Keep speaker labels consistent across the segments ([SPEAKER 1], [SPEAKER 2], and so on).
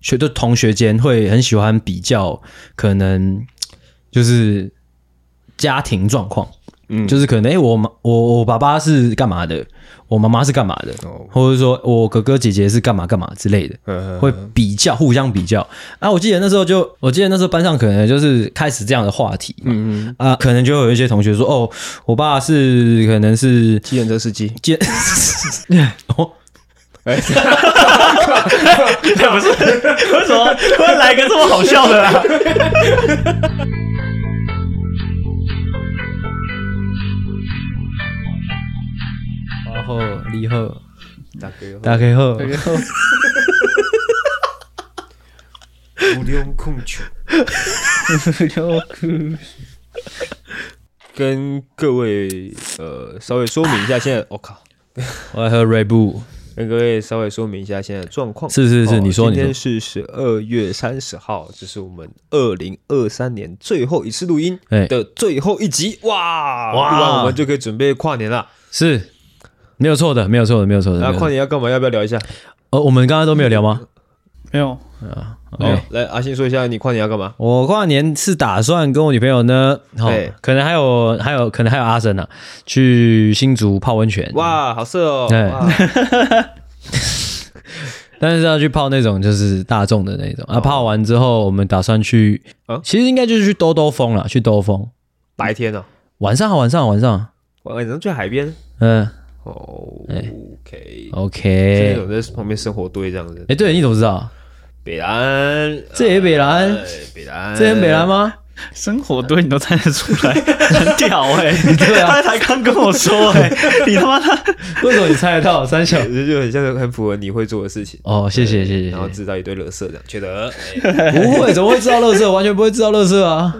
[SPEAKER 1] 学就同学间会很喜欢比较，可能就是家庭状况，嗯，就是可能哎、诶我妈我我爸爸是干嘛的，我妈妈是干嘛的，
[SPEAKER 2] 哦
[SPEAKER 1] 或者说我哥哥姐姐是干嘛干嘛之类的，
[SPEAKER 2] 嗯
[SPEAKER 1] 会比较互相比较啊。我记得那时候就，我记得那时候班上可能就是开始这样的话题嘛，啊，可能就有一些同学说，哦，我爸是可能是
[SPEAKER 2] 计程车司机，
[SPEAKER 1] 兼， 哦，
[SPEAKER 2] 哎，
[SPEAKER 3] 不是，为什么突然来个这么好笑
[SPEAKER 1] 啊
[SPEAKER 3] 的啦？
[SPEAKER 1] 然后李贺，
[SPEAKER 2] 大哥，
[SPEAKER 1] 大家好，
[SPEAKER 2] 大哥，不用控球， 跟各位呃稍微说明一下现在，我哦靠，
[SPEAKER 1] 我要喝 Red Bull，
[SPEAKER 2] 跟各位稍微说明一下现在的状况。
[SPEAKER 1] 是是是
[SPEAKER 2] 哦
[SPEAKER 1] 你说你
[SPEAKER 2] 今天是十二月三十号，这是我们二零二三年最后一次录音
[SPEAKER 1] 哎
[SPEAKER 2] 的最后一集，哇
[SPEAKER 1] 哇
[SPEAKER 2] 录完我们就可以准备跨年了。
[SPEAKER 1] 是没有错的，没有错的，没有错的。
[SPEAKER 2] 那
[SPEAKER 1] 没有错
[SPEAKER 2] 跨年要干嘛？要不要聊一下？
[SPEAKER 1] 呃，我们刚刚都没有聊吗？啊
[SPEAKER 3] 没有，
[SPEAKER 2] 好
[SPEAKER 1] OK，
[SPEAKER 2] 哦来阿信说一下你跨年要干嘛？
[SPEAKER 1] 我跨年是打算跟我女朋友呢，哦
[SPEAKER 2] 对，
[SPEAKER 1] 可能还有还有可能还有阿生啊，去新竹泡温泉，
[SPEAKER 2] 哇，好色哦！
[SPEAKER 1] 哎
[SPEAKER 2] 哇
[SPEAKER 1] 但是要去泡那种就是大众的那种
[SPEAKER 2] 哦
[SPEAKER 1] 啊。泡完之后，我们打算去
[SPEAKER 2] 啊，
[SPEAKER 1] 其实应该就是去兜兜风了，去兜风。
[SPEAKER 2] 白天哦，
[SPEAKER 1] 晚上啊，晚上啊，晚上，
[SPEAKER 2] 晚上去海边。
[SPEAKER 1] 嗯
[SPEAKER 2] 哦，OK，是那
[SPEAKER 1] ，OK。
[SPEAKER 2] 种在旁边生活堆这样子。
[SPEAKER 1] 哎，对，你怎么知道？
[SPEAKER 2] 北兰，
[SPEAKER 1] 这也北兰
[SPEAKER 2] 哎北兰，
[SPEAKER 1] 这很北来 吗？
[SPEAKER 3] 生活堆你都猜得出来，很屌哎、
[SPEAKER 1] 对啊
[SPEAKER 3] 他才刚跟我说哎、你他妈的，
[SPEAKER 1] 为什么你猜得到？三小
[SPEAKER 2] 对，这就很像很符合你会做的事情。哎
[SPEAKER 1] 哦，谢谢谢谢，
[SPEAKER 2] 然后
[SPEAKER 1] 谢谢
[SPEAKER 2] 制造一堆垃圾这样，觉得哎
[SPEAKER 1] 不会，怎么会知道乐色？完全不会知道乐色啊！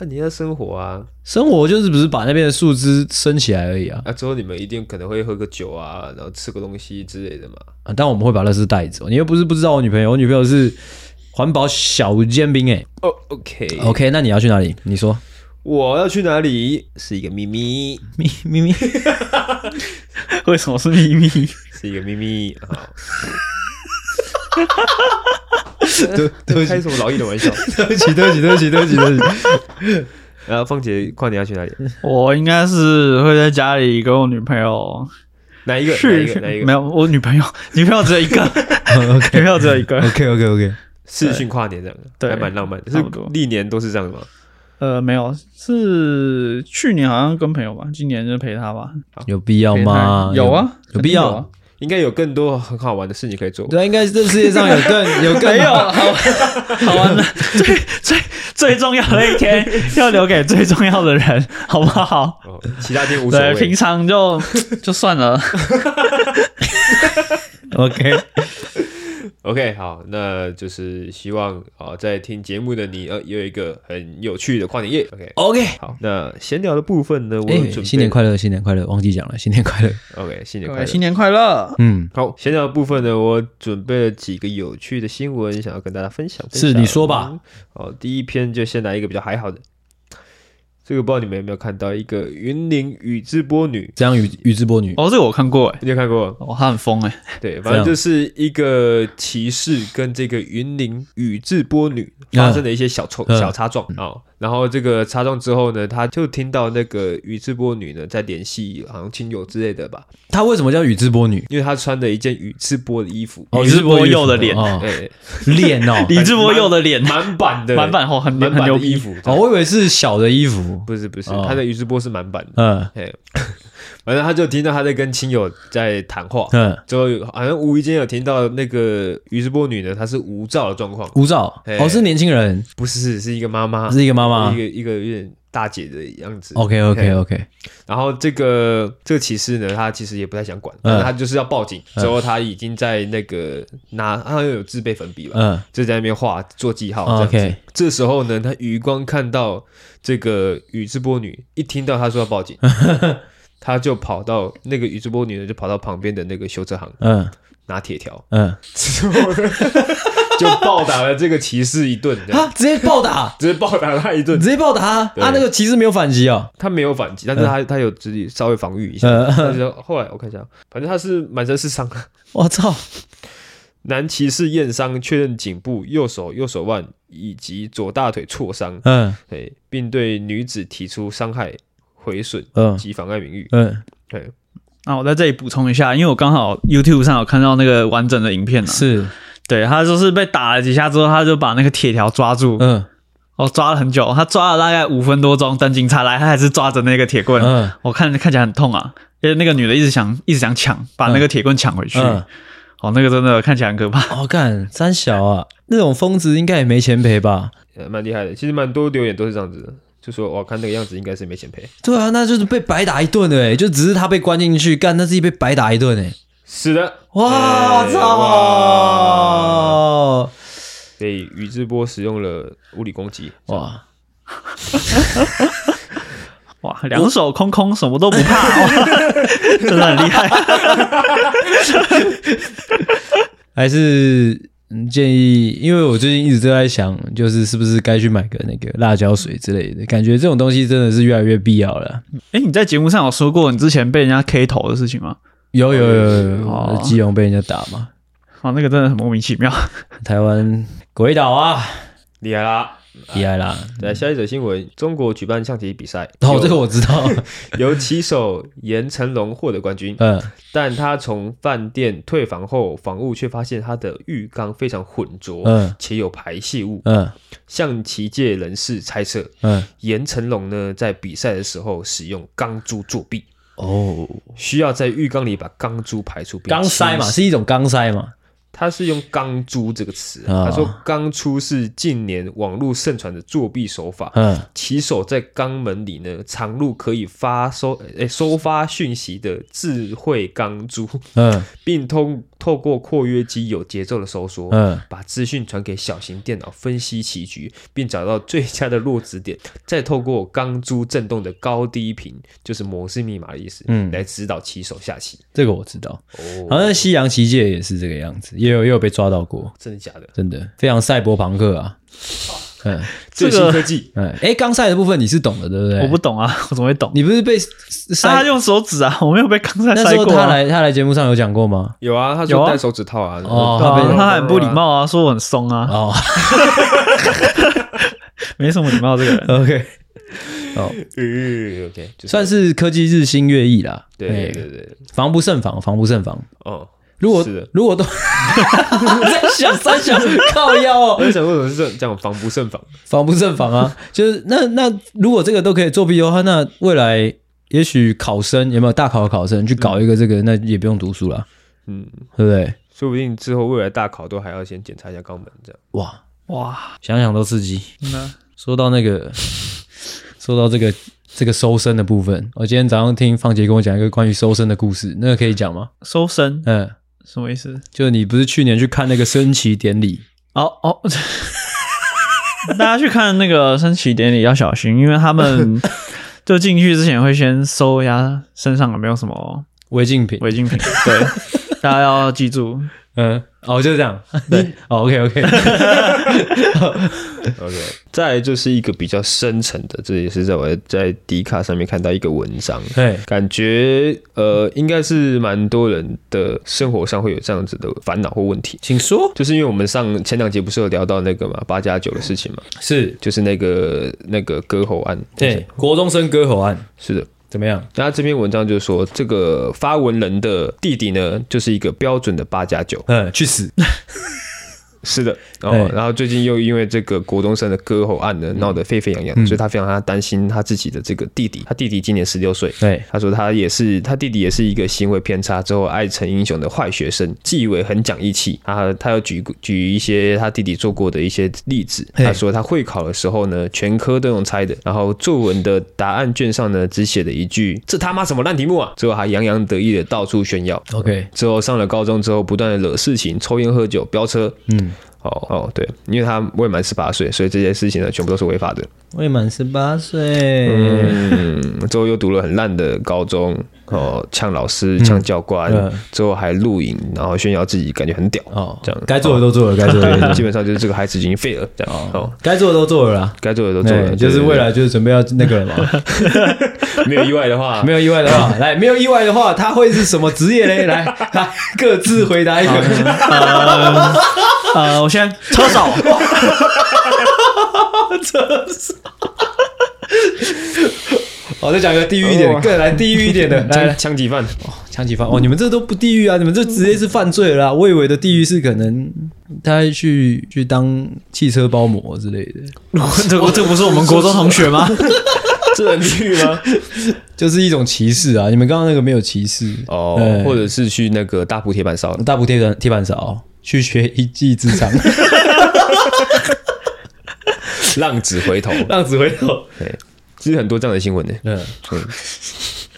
[SPEAKER 2] 那、你要生活啊，
[SPEAKER 1] 生活就是不是把那边的树枝升起来而已啊，
[SPEAKER 2] 啊之后你们一定可能会喝个酒啊，然后吃个东西之类的嘛。
[SPEAKER 1] 啊但我们会把乐色带走。你又不是不知道我女朋友，我女朋友是环保小尖兵哎、
[SPEAKER 2] 哦，OK、o k
[SPEAKER 1] OK，那你要去哪里？你说
[SPEAKER 2] 我要去哪里是一个秘密，
[SPEAKER 1] 咪咪咪，
[SPEAKER 3] 为什么是秘密？
[SPEAKER 2] 是一个秘密。
[SPEAKER 1] 哦
[SPEAKER 2] 好，
[SPEAKER 1] 对对 不起
[SPEAKER 2] 开什么劳逸的玩笑？
[SPEAKER 1] 对不起对 不起对不起对不起对不起，
[SPEAKER 2] 然啊后凤姐跨年要去哪里？
[SPEAKER 3] 我应该是会在家里跟我女朋友
[SPEAKER 2] 哪一个？哪一
[SPEAKER 3] 是
[SPEAKER 2] 个？哪一个？
[SPEAKER 3] 没有，我女朋友 女朋友只有一个，女朋友只有一个，
[SPEAKER 1] OK OK OK，
[SPEAKER 2] 视讯跨年这样，
[SPEAKER 3] 对
[SPEAKER 2] 还蛮浪漫的。
[SPEAKER 3] 差
[SPEAKER 2] 是
[SPEAKER 3] 不多
[SPEAKER 2] 历年都是这样的吗？
[SPEAKER 3] 呃，没有，是去年好像跟朋友吧，今年就陪她吧。
[SPEAKER 1] 有必要吗？
[SPEAKER 3] 有啊，
[SPEAKER 1] 有必要
[SPEAKER 3] 肯定有啊
[SPEAKER 2] 应该有更多很好玩的事情可以做。
[SPEAKER 1] 对啊，应该是这世界上有 更有更
[SPEAKER 3] 没 有，啊好玩好玩的，最最最重要的一天要留给最重要的人，好不好？
[SPEAKER 2] 哦，其他天无所
[SPEAKER 3] 对，平
[SPEAKER 2] 谓。
[SPEAKER 3] 常就就算了。
[SPEAKER 1] OK，
[SPEAKER 2] OK，好，那就是希望啊、哦在听节目的你呃，有一个很有趣的跨年夜。OK，
[SPEAKER 1] OK，
[SPEAKER 2] 好，那闲聊的部分呢，我有
[SPEAKER 1] 哎、
[SPEAKER 2] 准备。
[SPEAKER 1] 新年快乐，新年快乐，忘记讲了，新年快乐。
[SPEAKER 2] OK，新年
[SPEAKER 3] 各
[SPEAKER 2] 快
[SPEAKER 3] 位
[SPEAKER 2] 乐。
[SPEAKER 3] 新年快乐！
[SPEAKER 1] 嗯，
[SPEAKER 2] 好，闲聊的部分呢，我准备了几个有趣的新闻，想要跟大家分享。分
[SPEAKER 1] 是
[SPEAKER 2] 享
[SPEAKER 1] 你说吧。
[SPEAKER 2] 好，第一篇就先来一个比较还好的，这个不知道你们有没有看到，一个云林宇智波女，
[SPEAKER 1] 这样宇宇智波女，
[SPEAKER 3] 哦，这个我看过哎，
[SPEAKER 2] 你有看 过？
[SPEAKER 3] 哦，他很疯哎，
[SPEAKER 2] 对，反正就是一个骑士跟这个云林宇智波女发生了一些小冲、
[SPEAKER 1] 嗯
[SPEAKER 2] 小擦撞啊、哦然后这个擦撞之后呢，他就听到那个宇智波女呢在联系，好像亲友之类的吧，
[SPEAKER 1] 她为什么叫宇智波女？
[SPEAKER 2] 因为她穿的一件宇智波的衣服，
[SPEAKER 1] 哦
[SPEAKER 3] 宇智波鼬的
[SPEAKER 1] 宇智波鼬
[SPEAKER 2] 哎、
[SPEAKER 1] 哦脸哦，
[SPEAKER 3] 李智博佑的 脸，
[SPEAKER 2] 满版的
[SPEAKER 3] 满版后很
[SPEAKER 2] 满
[SPEAKER 3] 很
[SPEAKER 2] 版
[SPEAKER 3] 牛
[SPEAKER 2] 的
[SPEAKER 3] 逼
[SPEAKER 2] 衣，服，
[SPEAKER 1] 哦，我以为是小的衣服，
[SPEAKER 2] 不是不是，
[SPEAKER 1] 哦
[SPEAKER 2] 他的宇智波是满版的，
[SPEAKER 1] 嗯
[SPEAKER 2] 哎、反正他就听到他在跟亲友在谈话。
[SPEAKER 1] 嗯，
[SPEAKER 2] 之后好像无意间有听到那个宇智波女呢，她是无照的状况，
[SPEAKER 1] 吴照
[SPEAKER 2] 哎
[SPEAKER 1] 哦是年轻人，
[SPEAKER 2] 不是，是一个妈妈，
[SPEAKER 1] 是一个妈妈哦
[SPEAKER 2] 一。个一个有点大姐的样子。
[SPEAKER 1] OK OK OK，
[SPEAKER 2] 然后这个这个骑士呢，他其实也不太想
[SPEAKER 1] 嗯
[SPEAKER 2] 管，但是他就是要报警。之后他已经在那个拿，他好像有自备粉笔吧，
[SPEAKER 1] 嗯
[SPEAKER 2] 就在那边画做记
[SPEAKER 1] 哦
[SPEAKER 2] 号这样子
[SPEAKER 1] OK。
[SPEAKER 2] 这时候呢，他余光看到这个宇智波女，一听到他说要报警，他就跑到那个宇智波女呢，就跑到旁边的那个修车行
[SPEAKER 1] 嗯
[SPEAKER 2] 拿铁条，
[SPEAKER 1] 嗯，
[SPEAKER 2] 之后呢就暴打了这个骑士一顿，这样
[SPEAKER 1] 啊直接暴打，
[SPEAKER 2] 直接暴打他一顿
[SPEAKER 1] 直。接暴打他啊！
[SPEAKER 2] 对
[SPEAKER 1] 那个骑士没有反击哦，
[SPEAKER 2] 他没有反击，但是他、他有自己稍 微防御一下。
[SPEAKER 1] 嗯
[SPEAKER 2] 但是后来我看一下，反正他是满身是伤，
[SPEAKER 1] 我操，
[SPEAKER 2] 男骑士验伤确认颈部、右手、右手腕以及左大腿挫伤，
[SPEAKER 1] 嗯
[SPEAKER 2] 哎，并对女子提出伤害、毁损
[SPEAKER 1] 嗯
[SPEAKER 2] 及妨碍名誉。
[SPEAKER 1] 嗯，
[SPEAKER 2] 对，
[SPEAKER 3] 那我在这里补充一下，因为我刚好 YouTube 上有看到那个完整的影片呢、啊。
[SPEAKER 1] 是，
[SPEAKER 3] 对他就是被打了几下之后，他就把那个铁条抓住，
[SPEAKER 1] 嗯
[SPEAKER 3] 哦，抓了很久，他抓了大概五分多钟，等警察来，他还是抓着那个铁棍。
[SPEAKER 1] 嗯
[SPEAKER 3] 我看看起来很痛啊，因为那个女的一直想一直想抢，把那个铁棍抢回去。
[SPEAKER 1] 嗯，
[SPEAKER 3] 哦，那个真的看起来很可怕。
[SPEAKER 1] 哦，干三小啊，那种疯子应该也没钱赔吧？
[SPEAKER 2] 呃，蛮厉害的。其实蛮多留言都是这样子的，就说哇，看那个样子应该是没钱赔。
[SPEAKER 1] 对啊，那就是被白打一顿的、欸，就只是他被关进去，干他自己被白打一顿哎、欸，
[SPEAKER 2] 是的，
[SPEAKER 1] 哇
[SPEAKER 2] 哎哇
[SPEAKER 1] 操！
[SPEAKER 2] 所以宇智波使用了物理攻击。
[SPEAKER 1] 哇，
[SPEAKER 3] 哇，两手空空，什么都不怕， 哇真的很厉害。
[SPEAKER 1] 还是嗯建议，因为我最近一直都在想，就是是不是该去买个那个辣椒水之类的，感觉这种东西真的是越来越必要了。
[SPEAKER 3] 哎、你在节目上有说过你之前被人家 K 头的事情吗？
[SPEAKER 1] 有有有有
[SPEAKER 3] 哦
[SPEAKER 1] 有，基隆被人家打嘛，
[SPEAKER 3] 哇，那个真的很莫名其妙。
[SPEAKER 1] 台湾鬼岛啊，
[SPEAKER 2] 厉害啦！
[SPEAKER 1] 厉害啦！
[SPEAKER 2] 来，下一则新闻：中国举办象棋比赛，
[SPEAKER 1] 哦，
[SPEAKER 2] 由
[SPEAKER 1] 这个我知道，
[SPEAKER 2] 由棋手严成龙获得冠军，
[SPEAKER 1] 嗯，
[SPEAKER 2] 但他从饭店退房后，房务却发现他的浴缸非常浑浊，
[SPEAKER 1] 嗯
[SPEAKER 2] 且有排泄物。
[SPEAKER 1] 嗯
[SPEAKER 2] 象棋界人士猜测，
[SPEAKER 1] 嗯，
[SPEAKER 2] 严成龙呢在比赛的时候使用钢珠作弊，
[SPEAKER 1] 哦，
[SPEAKER 2] 需要在浴缸里把钢珠排出。并
[SPEAKER 1] 钢塞嘛，
[SPEAKER 2] 清洗
[SPEAKER 1] 是一种钢塞嘛，
[SPEAKER 2] 他是用“钢珠”这个词，
[SPEAKER 1] 啊
[SPEAKER 2] 他说“钢珠”是近年网络盛传的作弊手法。
[SPEAKER 1] 嗯
[SPEAKER 2] 骑手在肛门里呢藏入可以发收诶、收发讯息的智慧钢珠，
[SPEAKER 1] 嗯
[SPEAKER 2] 并通透过括约肌有节奏的收缩，
[SPEAKER 1] 嗯，
[SPEAKER 2] 把资讯传给小型电脑分析棋局，并找到最佳的落子点，再透过钢珠震动的高低频，就是模式密码的意思，
[SPEAKER 1] 嗯
[SPEAKER 2] 来指导棋手下棋。
[SPEAKER 1] 这个我知道，好
[SPEAKER 2] 哦，
[SPEAKER 1] 像西洋棋界也是这个样子，也有也有被抓到过，
[SPEAKER 2] 真的假的？
[SPEAKER 1] 真的非常赛博朋克啊。嗯
[SPEAKER 2] 最
[SPEAKER 3] 这个
[SPEAKER 2] 新科技。
[SPEAKER 1] 嗯，哎，钢塞的部分你是懂的，对不对？
[SPEAKER 3] 我不，懂啊，我怎么会懂？
[SPEAKER 1] 你不是被
[SPEAKER 3] 那他
[SPEAKER 1] 塞？
[SPEAKER 3] 用手指啊，我没有被刚才
[SPEAKER 1] 那
[SPEAKER 3] 塞
[SPEAKER 1] 时候
[SPEAKER 3] 过、
[SPEAKER 1] 他
[SPEAKER 3] 啊。
[SPEAKER 1] 来他来节目上有讲过吗？
[SPEAKER 2] 有啊，他
[SPEAKER 3] 有
[SPEAKER 2] 说
[SPEAKER 3] 啊
[SPEAKER 2] 戴手指套啊。
[SPEAKER 1] 哦
[SPEAKER 3] 对啊
[SPEAKER 1] 被
[SPEAKER 3] 他很不 礼。貌啊，说我很松啊，
[SPEAKER 1] 哦
[SPEAKER 3] 没什么礼貌这 个人。
[SPEAKER 1] ，OK，哦，
[SPEAKER 2] 嗯，OK，就
[SPEAKER 1] 算是科技日新月异啦。
[SPEAKER 2] 对
[SPEAKER 1] 哎
[SPEAKER 2] 对对对，
[SPEAKER 1] 防不胜防，防不胜防。
[SPEAKER 2] 哦。
[SPEAKER 1] 如果
[SPEAKER 2] 是的
[SPEAKER 1] 如果都在想三想靠腰哦
[SPEAKER 2] 我， 在想为什么是这样这样防不胜防？
[SPEAKER 1] 防不胜防啊！就是那那如果这个都可以作弊的话，那未来也许考生有没有大考的考生去搞一个这个，那也不用读书了，
[SPEAKER 2] 嗯，
[SPEAKER 1] 对不对？
[SPEAKER 2] 说不定之后未来大考都还要先检查一下肛门，这样
[SPEAKER 1] 哇，
[SPEAKER 3] 哇，
[SPEAKER 1] 想想都刺激。
[SPEAKER 3] 真的
[SPEAKER 1] 说到那 个，说到这个这个收身的部分，我今天早上听放杰跟我讲一个关于收身的故事，那个可以讲吗？
[SPEAKER 3] 收身
[SPEAKER 1] 嗯，
[SPEAKER 3] 什么意思？
[SPEAKER 1] 就你不是去年去看那个升旗典礼？
[SPEAKER 3] 哦 哦，大家去看那个升旗典礼要小心，因为他们 就进去之前会先搜一下身上有没有什么
[SPEAKER 1] 违禁品，
[SPEAKER 3] 违禁品， 对，大家要记住。
[SPEAKER 1] 嗯，哦，就这样，对， 哦，OK OK，
[SPEAKER 2] OK，再来就是一个比较深层的，这也是在我在迪卡上面看到一个文章，
[SPEAKER 1] 对，
[SPEAKER 2] 感觉呃应该是蛮多人的生活上会有这样子的烦恼或问题，
[SPEAKER 1] 请说，
[SPEAKER 2] 就是因为我们上前两节不是有聊到那个嘛八加九的事情嘛，
[SPEAKER 1] 是
[SPEAKER 2] 就是那个那个割喉案，
[SPEAKER 1] 对，国中生割喉案
[SPEAKER 2] 是的，
[SPEAKER 1] 怎么样？
[SPEAKER 2] 那这篇文章就说，这个发文人的弟弟呢，就是一个标准的八加九。
[SPEAKER 1] 嗯，去死！
[SPEAKER 2] 是的，然
[SPEAKER 1] 对
[SPEAKER 2] 后然后最近又因为这个国中生的割喉案呢，闹得沸沸扬扬，所以他非常他担心他自己的这个弟弟，他弟弟今年十六岁。
[SPEAKER 1] 对，
[SPEAKER 2] 他说他也是，他弟弟也是一个行为偏差之后爱成英雄的坏学生，自以为很讲义气。他他要举举一些他弟弟做过的一些例子。
[SPEAKER 1] 嘿
[SPEAKER 2] 他说他会考的时候呢，全科都用猜的，然后作文的答案卷上呢只写了一句“这他妈什么烂题目啊”，之后还洋洋得意的到处炫耀。
[SPEAKER 1] OK，
[SPEAKER 2] 之后上了高中之后，不断的惹事情，抽烟喝酒，飙车。
[SPEAKER 1] 嗯，
[SPEAKER 2] 哦哦，对，因为他未满十八岁，所以这些事情呢全部都是违法的。
[SPEAKER 1] 未满十八岁，
[SPEAKER 2] 嗯，之后又读了很烂的高中，哦，呛老师、呛教官，
[SPEAKER 1] 嗯
[SPEAKER 2] 之后还录影，然后炫耀自己，感觉很屌。
[SPEAKER 1] 哦，
[SPEAKER 2] 这样
[SPEAKER 1] 该做的都做了，该做的都做
[SPEAKER 2] 基
[SPEAKER 1] 了
[SPEAKER 2] 本上就是这个孩子已经废了，这样哦，
[SPEAKER 1] 该做的都做了啦。
[SPEAKER 2] 该做的都做了，
[SPEAKER 1] 对就是
[SPEAKER 2] 对
[SPEAKER 1] 未来就是准备要那个了嘛，
[SPEAKER 2] 没有意外的话，
[SPEAKER 1] 没有意外的话，来，没有意外的话，他会是什么职业嘞？来，来，各自回答一个。
[SPEAKER 3] 呃，我先车手，
[SPEAKER 1] 好，再讲一个地狱一点的，
[SPEAKER 2] 哦
[SPEAKER 1] 更来地狱一 点的，来
[SPEAKER 2] 枪
[SPEAKER 1] 来，
[SPEAKER 2] 枪击犯，
[SPEAKER 1] 枪击犯。哦，你们这都不地狱啊，你们这直接是犯罪了啊。我以为的地狱是可能他去去当汽车包模之类的，
[SPEAKER 3] 这个这个不是我们国中同学吗？
[SPEAKER 2] 这很地狱吗？
[SPEAKER 1] 就是一种歧视啊。你们刚刚那个没有歧视
[SPEAKER 2] 哦
[SPEAKER 1] 对，
[SPEAKER 2] 或者是去那个大埔铁 板烧，
[SPEAKER 1] 大埔铁板铁板烧去学一技之长，
[SPEAKER 2] 浪子回头，
[SPEAKER 1] 浪子回头。
[SPEAKER 2] 对，其实很多这样的新闻呢。
[SPEAKER 1] 嗯，
[SPEAKER 2] 嗯，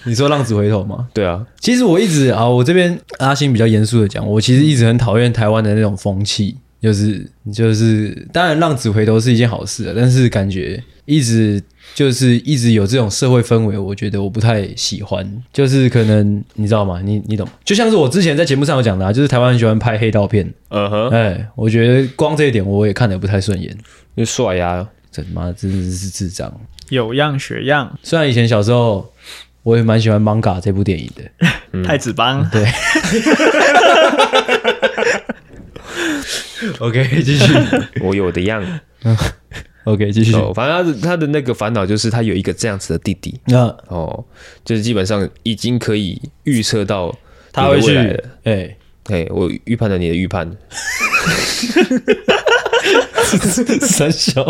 [SPEAKER 1] 你说浪子回头吗？
[SPEAKER 2] 对啊，
[SPEAKER 1] 其实我一直啊，我这边阿星比较严肃的讲，我其实一直很讨厌台湾的那种风气，就是就是，当然浪子回头是一件好事啊，但是感觉一直就是一直有这种社会氛围，我觉得我不太喜欢。就是可能你知道吗？你你懂吗？就像是我之前在节目上有讲的、啊，就是台湾很喜欢拍黑道片，
[SPEAKER 2] 嗯哼，
[SPEAKER 1] 哎、我觉得光这一点我也看得不太顺眼，
[SPEAKER 2] 就帅啊呀，
[SPEAKER 1] 这他妈真的是智障。
[SPEAKER 3] 有样学样，
[SPEAKER 1] 虽然以前小时候我也蛮喜欢《manga》这部电影的，
[SPEAKER 3] 太子帮，
[SPEAKER 1] 对。OK，继续。
[SPEAKER 2] 我有的样。
[SPEAKER 1] OK，继续。
[SPEAKER 2] 哦，反正他的他的那个烦恼就是他有一个这样子的弟弟
[SPEAKER 1] 那
[SPEAKER 2] 哦，就是基本上已经可以预测到
[SPEAKER 1] 他会
[SPEAKER 2] 你的
[SPEAKER 1] 去
[SPEAKER 2] 未来了。，
[SPEAKER 1] 哎，
[SPEAKER 2] 哎，我预判了你的预判，
[SPEAKER 1] 三小，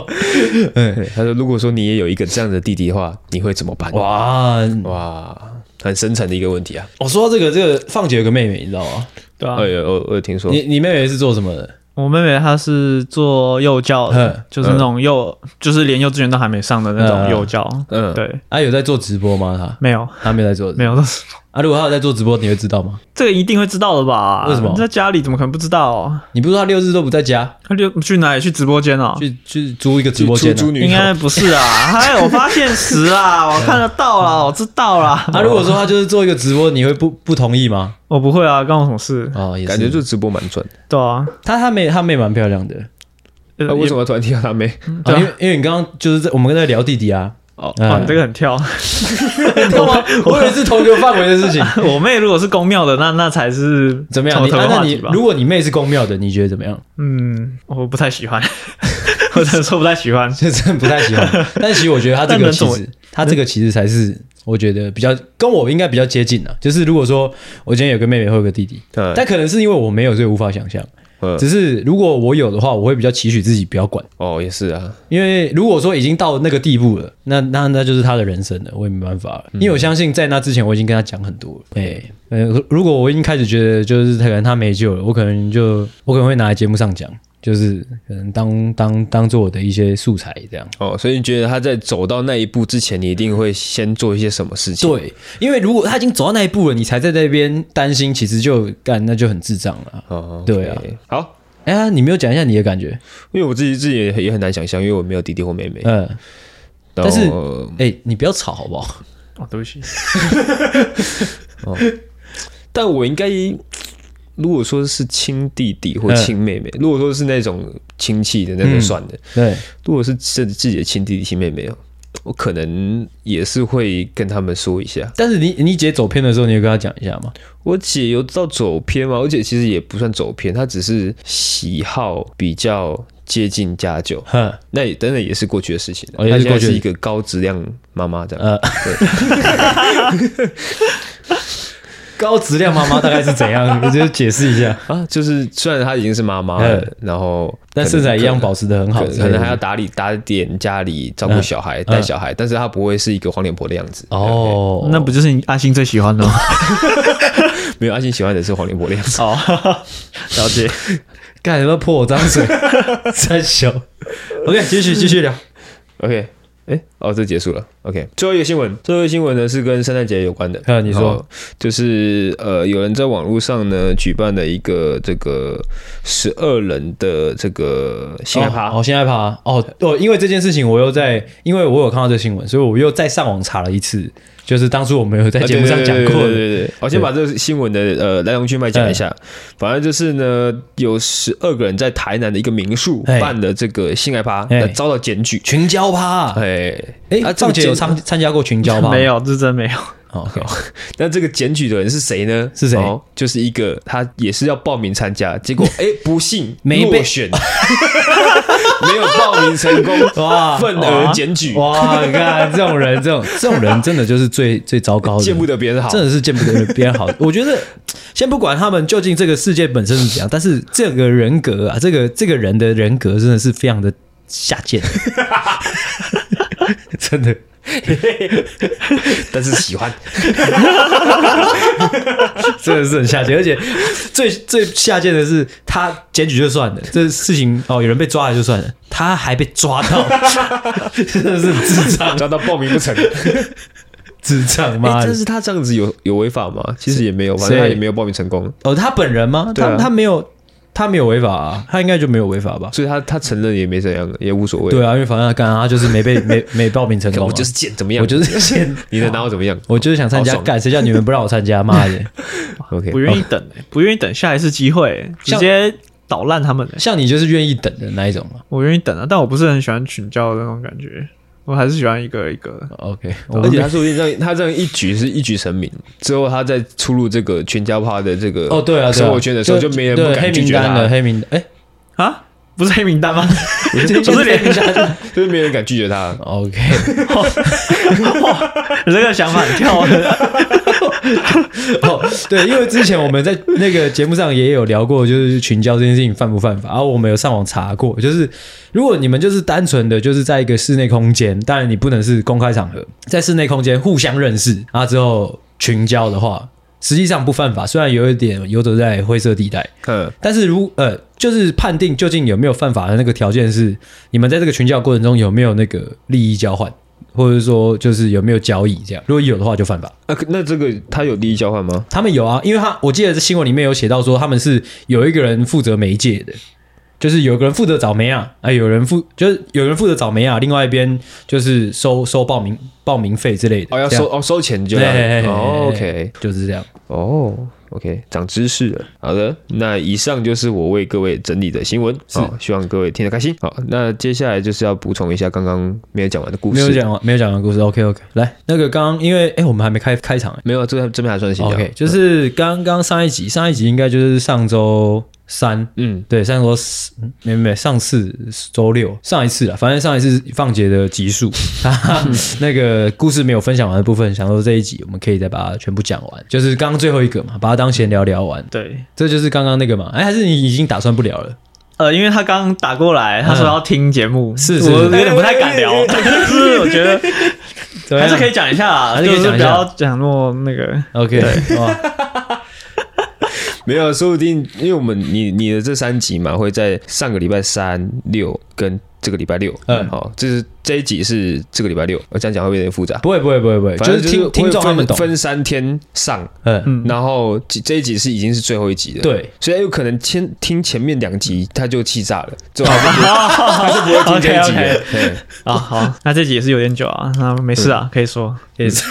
[SPEAKER 1] 哎，
[SPEAKER 2] 对，他说：“如果说你也有一个这样的弟弟的话，你会怎么办？”哇
[SPEAKER 1] 哇！
[SPEAKER 2] 哇，很深层的一个问题啊！
[SPEAKER 1] 我说到这个，这个放姐有个妹妹，你知道吗？
[SPEAKER 3] 对啊
[SPEAKER 2] 哎，有我我有听说
[SPEAKER 1] 你你妹妹是做什么的？
[SPEAKER 3] 我妹妹她是做幼教
[SPEAKER 1] 嗯
[SPEAKER 3] 的，就是那种幼，就是连幼稚园都还没上的那种
[SPEAKER 1] 嗯
[SPEAKER 3] 幼教，
[SPEAKER 2] 嗯
[SPEAKER 3] 对，
[SPEAKER 1] 啊，有在做直播吗？
[SPEAKER 3] 没有
[SPEAKER 1] 她她没有在做。
[SPEAKER 3] 没有，都 是
[SPEAKER 1] 啊，如果她有在做直播，你会知道吗？
[SPEAKER 3] 这个一定会知道的吧？
[SPEAKER 1] 为什么
[SPEAKER 3] 你在家里怎么可能不知道？
[SPEAKER 1] 你不是说她六日都不在家，
[SPEAKER 3] 她就去哪里？去直播间哦？
[SPEAKER 1] 去去租一个直播
[SPEAKER 2] 出
[SPEAKER 1] 间啊。
[SPEAKER 2] 租女友
[SPEAKER 3] 应该不 是啊！嗨，我发现实啦，我看得到啦，我知道啦。
[SPEAKER 1] 啊，如果说她就是做一个直播，你会不不同意 吗？
[SPEAKER 3] 我不会啊，关我什么事？
[SPEAKER 1] 哦，也是。
[SPEAKER 2] 感觉做直播蛮赚的。
[SPEAKER 3] 对啊，
[SPEAKER 1] 她她妹她妹蛮漂亮的，
[SPEAKER 3] 呃
[SPEAKER 1] 嗯
[SPEAKER 2] 啊为
[SPEAKER 3] 也
[SPEAKER 2] 什么突然提到他妹？
[SPEAKER 1] 啊
[SPEAKER 3] 对啊
[SPEAKER 1] 因为因为你刚刚就是在我们在聊弟弟 啊，
[SPEAKER 2] 哦
[SPEAKER 3] 哇，
[SPEAKER 1] 嗯
[SPEAKER 3] 你这个很跳。
[SPEAKER 1] 干嘛？ 我以为是同一个范围的 事情。
[SPEAKER 3] 我妹如果是公庙的，那那才是
[SPEAKER 1] 怎么样？
[SPEAKER 3] 头
[SPEAKER 1] 你、
[SPEAKER 3] 头
[SPEAKER 1] 啊、
[SPEAKER 3] 的
[SPEAKER 1] 那
[SPEAKER 3] 话
[SPEAKER 1] 你
[SPEAKER 3] 题吧。
[SPEAKER 1] 如果你妹是公庙的，你觉得怎么样？
[SPEAKER 3] 嗯，我不太喜欢， 我只能说不太喜欢。
[SPEAKER 1] 这真的不太喜欢。但其实我觉得他 这
[SPEAKER 3] 但
[SPEAKER 1] 个
[SPEAKER 3] 能
[SPEAKER 1] 其
[SPEAKER 3] 怎么
[SPEAKER 1] 实，他这个其实才是我觉得比较跟我应该比较接近的、啊就是如果说我今天有个妹妹或有个弟弟，
[SPEAKER 2] 对
[SPEAKER 1] 但可能是因为我没有，所以无法想象。
[SPEAKER 2] 嗯
[SPEAKER 1] 只是如果我有的话，我会比较期许自己不要管，
[SPEAKER 2] 哦，也是啊，
[SPEAKER 1] 因为如果说已经到那个地步了，那那那就是他的人生了，我也没办法了。
[SPEAKER 3] 嗯
[SPEAKER 1] 因为我相信在那之前，我已经跟他讲很多了。哎、呃，如果我已经开始觉得就是可能他没救了，我可能就我可能会拿来节目上讲，就是可能当当当做我的一些素材这样。
[SPEAKER 2] 哦，所以你觉得他在走到那一步之前，你一定会先做一些什么事情？
[SPEAKER 1] 对，因为如果他已经走到那一步了，你才在那边担心，其实就干那就很智障了啊。
[SPEAKER 2] 哦，
[SPEAKER 1] 对啊
[SPEAKER 2] OK，好，
[SPEAKER 1] 哎呀，你没有讲一下你的感觉？
[SPEAKER 2] 因为我自己自己也也很难想象，因为我没有弟弟或妹妹。
[SPEAKER 1] 嗯，但是
[SPEAKER 2] 然后
[SPEAKER 1] 哎、你不要吵好不好？
[SPEAKER 3] 哦，对不起，
[SPEAKER 2] 但我应该，如果说是亲弟弟或亲妹
[SPEAKER 1] 嗯
[SPEAKER 2] 妹，如果说是那种亲戚的那就算了，
[SPEAKER 1] 对，
[SPEAKER 2] 如果是自自己的亲弟弟亲妹妹哦，我可能也是会跟他们说一下。
[SPEAKER 1] 但是你你姐走偏的时候，你有跟她讲一下吗？
[SPEAKER 2] 我姐有到走偏嘛，我姐其实也不算走偏，她只是喜好比较接近家教。
[SPEAKER 1] 哼。
[SPEAKER 2] 那也当然也是过去的事情了，
[SPEAKER 1] 哦也
[SPEAKER 2] 她
[SPEAKER 1] 是
[SPEAKER 2] 现在
[SPEAKER 1] 过去的
[SPEAKER 2] 是一个高质量妈妈这样。
[SPEAKER 1] 呃，高质量妈妈大概是怎样？你就解释一 下。
[SPEAKER 2] 啊，就是虽然她已经是妈妈了
[SPEAKER 1] 嗯，
[SPEAKER 2] 然后
[SPEAKER 1] 但
[SPEAKER 2] 可能
[SPEAKER 1] 身材一样
[SPEAKER 2] 可
[SPEAKER 1] 保持的很好，
[SPEAKER 2] 可可能还要打理打点家里，照顾小
[SPEAKER 1] 嗯
[SPEAKER 2] 孩，带、小孩，但是他不会是一个黄脸婆的样子。
[SPEAKER 1] 哦。
[SPEAKER 3] 那不就是你阿星最喜欢的吗？
[SPEAKER 1] 嗯
[SPEAKER 2] 没有阿信喜欢的是黄脸婆的 样子。
[SPEAKER 3] 哦，了解。
[SPEAKER 1] 干什么泼我脏 水？三小。OK，继续继续聊。
[SPEAKER 2] OK，哎、哦，这结束了。OK，最后一个新闻，最后一个新闻呢是跟圣诞节有关的。
[SPEAKER 1] 嗯你说
[SPEAKER 2] 哦，就是呃，有人在网络上呢举办了一个这个十二人的这个性爱趴。
[SPEAKER 1] 哦，现在趴哦哦，因为这件事情，我又在，因为我有看到这个新闻，所以我又再上网查了一次，就是当初我们有在
[SPEAKER 2] 啊
[SPEAKER 1] 节目上讲
[SPEAKER 2] 对对对
[SPEAKER 1] 过
[SPEAKER 2] 对
[SPEAKER 1] 的，
[SPEAKER 2] 对对对，我先把这个新闻的呃来龙去脉讲一下。反正就是呢，有十二个人在台南的一个民宿
[SPEAKER 1] 哎
[SPEAKER 2] 办的这个性爱趴，
[SPEAKER 1] 哎
[SPEAKER 2] 那遭到检举。
[SPEAKER 1] 群交趴。
[SPEAKER 2] 哎
[SPEAKER 1] 哎，
[SPEAKER 2] 啊这
[SPEAKER 1] 凤
[SPEAKER 2] 个
[SPEAKER 1] 姐有
[SPEAKER 2] 检
[SPEAKER 1] 参参加过群交趴？
[SPEAKER 3] 没。有，这真没有。
[SPEAKER 1] 哦，
[SPEAKER 2] 那这个检举的人是谁呢？
[SPEAKER 1] 是谁
[SPEAKER 2] 哦就是一个他也是要报名参加，结果哎不幸
[SPEAKER 1] 没被
[SPEAKER 2] 落选，没有报名成功，
[SPEAKER 1] 哇
[SPEAKER 2] 愤而检举，
[SPEAKER 1] 哇！你看这种人，这 种这种人真的就是最最糟糕的，
[SPEAKER 2] 见不得别人好
[SPEAKER 1] 真。的是见不得别人好。 我觉得，先不管他们究竟这个世界本身是怎样，但是这个人格啊，这个这个人的人格真的是非常的下 贱，真的。
[SPEAKER 2] 但是喜欢，
[SPEAKER 1] 真的是很下贱，而且最最下贱的是，他检举就算了，这事情哦，有人被抓了就算了，他还被抓到， 真的是很智障，
[SPEAKER 2] 抓到报名不成。
[SPEAKER 1] 智障
[SPEAKER 2] 哎
[SPEAKER 1] 妈的
[SPEAKER 2] 但！是他这样子有有违法吗？其实也没有，反正他
[SPEAKER 1] 谁
[SPEAKER 2] 也没有报名成功，
[SPEAKER 1] 哦，他本人吗？
[SPEAKER 2] 对啊
[SPEAKER 1] 他他没有，他没有违法啊，他应该就没有违法吧？
[SPEAKER 2] 所以他他承认也没怎样，也无所谓。
[SPEAKER 1] 对啊，因为反正他干啊，他就是没被没没报名成
[SPEAKER 2] 干，
[SPEAKER 1] 功嘛，啊
[SPEAKER 2] 我就是贱，怎么样？
[SPEAKER 1] 我就是贱，
[SPEAKER 2] 你能拿我怎么样
[SPEAKER 1] 我就是想参加
[SPEAKER 2] 好，爽
[SPEAKER 1] 干谁叫你们不让我参加？妈 的！哦
[SPEAKER 2] ？OK，
[SPEAKER 3] 不愿意等、欸，不愿意等下一次机会欸、直
[SPEAKER 1] 像
[SPEAKER 3] 接捣烂他们、欸。
[SPEAKER 1] 像你就是愿意等的那一种嘛。
[SPEAKER 3] 我愿意等啊，但我不是很喜欢群交的那种感觉，我还是喜欢一个一个。
[SPEAKER 1] OK，
[SPEAKER 2] 而且他说不定让他这样一举是一举成名，之后他在出入这个全家趴的这个
[SPEAKER 1] 哦对啊，对
[SPEAKER 2] 生
[SPEAKER 1] 啊
[SPEAKER 2] 活圈的时候，就没人不
[SPEAKER 1] 对
[SPEAKER 2] 敢
[SPEAKER 1] 黑
[SPEAKER 2] 拒
[SPEAKER 1] 名
[SPEAKER 2] 绝
[SPEAKER 1] 单了，
[SPEAKER 2] 他，
[SPEAKER 1] 黑名单，哎，
[SPEAKER 3] 啊，不是黑名单吗？
[SPEAKER 1] 不
[SPEAKER 3] 是连
[SPEAKER 1] 名单。
[SPEAKER 2] 就是没人敢拒绝他。
[SPEAKER 1] OK，
[SPEAKER 3] 你这个想法很跳的，
[SPEAKER 1] 哦，对，因为之前我们在那个节目上也有聊过，就是群交这件事情犯不犯法，然、后我们有上网查过，就是如果你们就是单纯的就是在一个室内空间，当然你不能是公开场合，在室内空间互相认识，然后之后群交的话，实际上不犯法，虽然有一点游走在灰色地带，
[SPEAKER 2] 嗯，
[SPEAKER 1] 但是如呃，就是判定究竟有没有犯法的那个条件是，你们在这个群交过程中有没有那个利益交换，或者说就是有没有交易这样，如果有的话就犯法。
[SPEAKER 2] 那啊可那这个他有利益交换吗？
[SPEAKER 1] 他们有啊，因为他我记得这新闻里面有写到说，他们是有一个人负责媒介的，就是有个人负责找媒啊，啊，有人负就是有人负责找媒啊，另外一边就是收收报名报名费之类的。
[SPEAKER 2] 哦，要
[SPEAKER 1] 这样
[SPEAKER 2] 收哦收钱就
[SPEAKER 1] 对
[SPEAKER 2] 要
[SPEAKER 1] 嘿嘿嘿
[SPEAKER 2] 哦
[SPEAKER 1] 嘿
[SPEAKER 2] ，OK，
[SPEAKER 1] 就是这样。
[SPEAKER 2] 哦，OK，长知识了。好的，那以上就是我为各位整理的新闻，好、希望各位听得开心。好，那接下来就是要补充一下刚刚没有讲完的故事，
[SPEAKER 1] 没有讲完，没有讲完故事。OK OK，来，那个刚刚因为哎、我们还没开开场、
[SPEAKER 2] 没有，这个这边还算
[SPEAKER 1] 欸、
[SPEAKER 2] 新的。
[SPEAKER 1] ，OK，就是刚刚上一集，上一集应该就是上周三。
[SPEAKER 2] 嗯，
[SPEAKER 1] 对，上周四嗯没没上次周六上一次了，反正上一次放姐的集数， 他那个故事没有分享完的部分，想说这一集我们可以再把它全部讲完，就是刚刚最后一个嘛，把它当闲聊聊完，
[SPEAKER 3] 对，
[SPEAKER 1] 这就是刚刚那个嘛，哎，还是你已经打算不聊了？
[SPEAKER 3] 呃，因为他刚打过来，他说要听节目，
[SPEAKER 1] 是是
[SPEAKER 3] 我有点不太敢聊，但 是我觉得
[SPEAKER 2] 啊
[SPEAKER 1] 怎么
[SPEAKER 3] 还
[SPEAKER 1] 样
[SPEAKER 3] 是可以讲一下啦，
[SPEAKER 1] 还是
[SPEAKER 3] 就
[SPEAKER 1] 可以
[SPEAKER 3] 是
[SPEAKER 1] 讲
[SPEAKER 3] 不
[SPEAKER 1] 一下
[SPEAKER 3] 要讲那么那个。
[SPEAKER 1] ，OK，哇，
[SPEAKER 2] 没有，啊说不定因为我们你你的这三集嘛，会在上个礼拜三六跟这个礼拜六，
[SPEAKER 1] 嗯
[SPEAKER 2] 好，这是这一集是这个礼拜六，我这样讲会不会有点复杂？
[SPEAKER 1] 不会不会不会不会，
[SPEAKER 2] 反正
[SPEAKER 1] 是听
[SPEAKER 2] 会
[SPEAKER 1] 听众他
[SPEAKER 2] 分
[SPEAKER 1] 们懂，
[SPEAKER 2] 分三天上，
[SPEAKER 1] 嗯，
[SPEAKER 3] 嗯
[SPEAKER 2] 然后这这一集是已经是最后一集了，。
[SPEAKER 1] 对，
[SPEAKER 2] 所以有可能先听前面两集他就气炸了，之后他就不会听这一集
[SPEAKER 3] OK，OK
[SPEAKER 2] 了。 对
[SPEAKER 3] 啊，好，那这集也是有点久啊，那没事啊，可以说。
[SPEAKER 1] 也 是，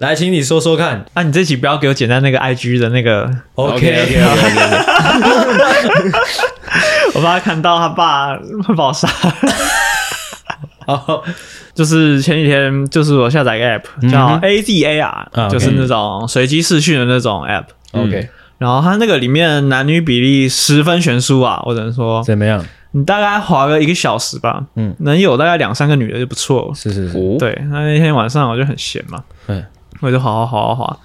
[SPEAKER 1] 来，请你说说看
[SPEAKER 3] 啊，你这集不要给我剪在那个 IG 的那个，
[SPEAKER 1] ，OK，
[SPEAKER 2] OK，
[SPEAKER 3] 我爸看到他爸会把我杀。
[SPEAKER 1] 好，
[SPEAKER 3] 就是前几天，就是我下载一个 app 叫
[SPEAKER 1] 嗯哼
[SPEAKER 3] AZAR，、
[SPEAKER 1] 啊，OK
[SPEAKER 3] 就是那种随机视讯的那种 app。
[SPEAKER 2] OK，
[SPEAKER 3] 然后它那个里面男女比例十分悬殊啊，我只能说，
[SPEAKER 1] 怎么样？
[SPEAKER 3] 你大概滑个一个小时吧，
[SPEAKER 1] 嗯
[SPEAKER 3] 嗯，能有大概两三个女的就不错了。
[SPEAKER 1] 是是是，
[SPEAKER 2] 哦，
[SPEAKER 3] 对，那那天晚上我就很闲嘛，
[SPEAKER 1] 嗯
[SPEAKER 3] 我就滑滑滑滑滑，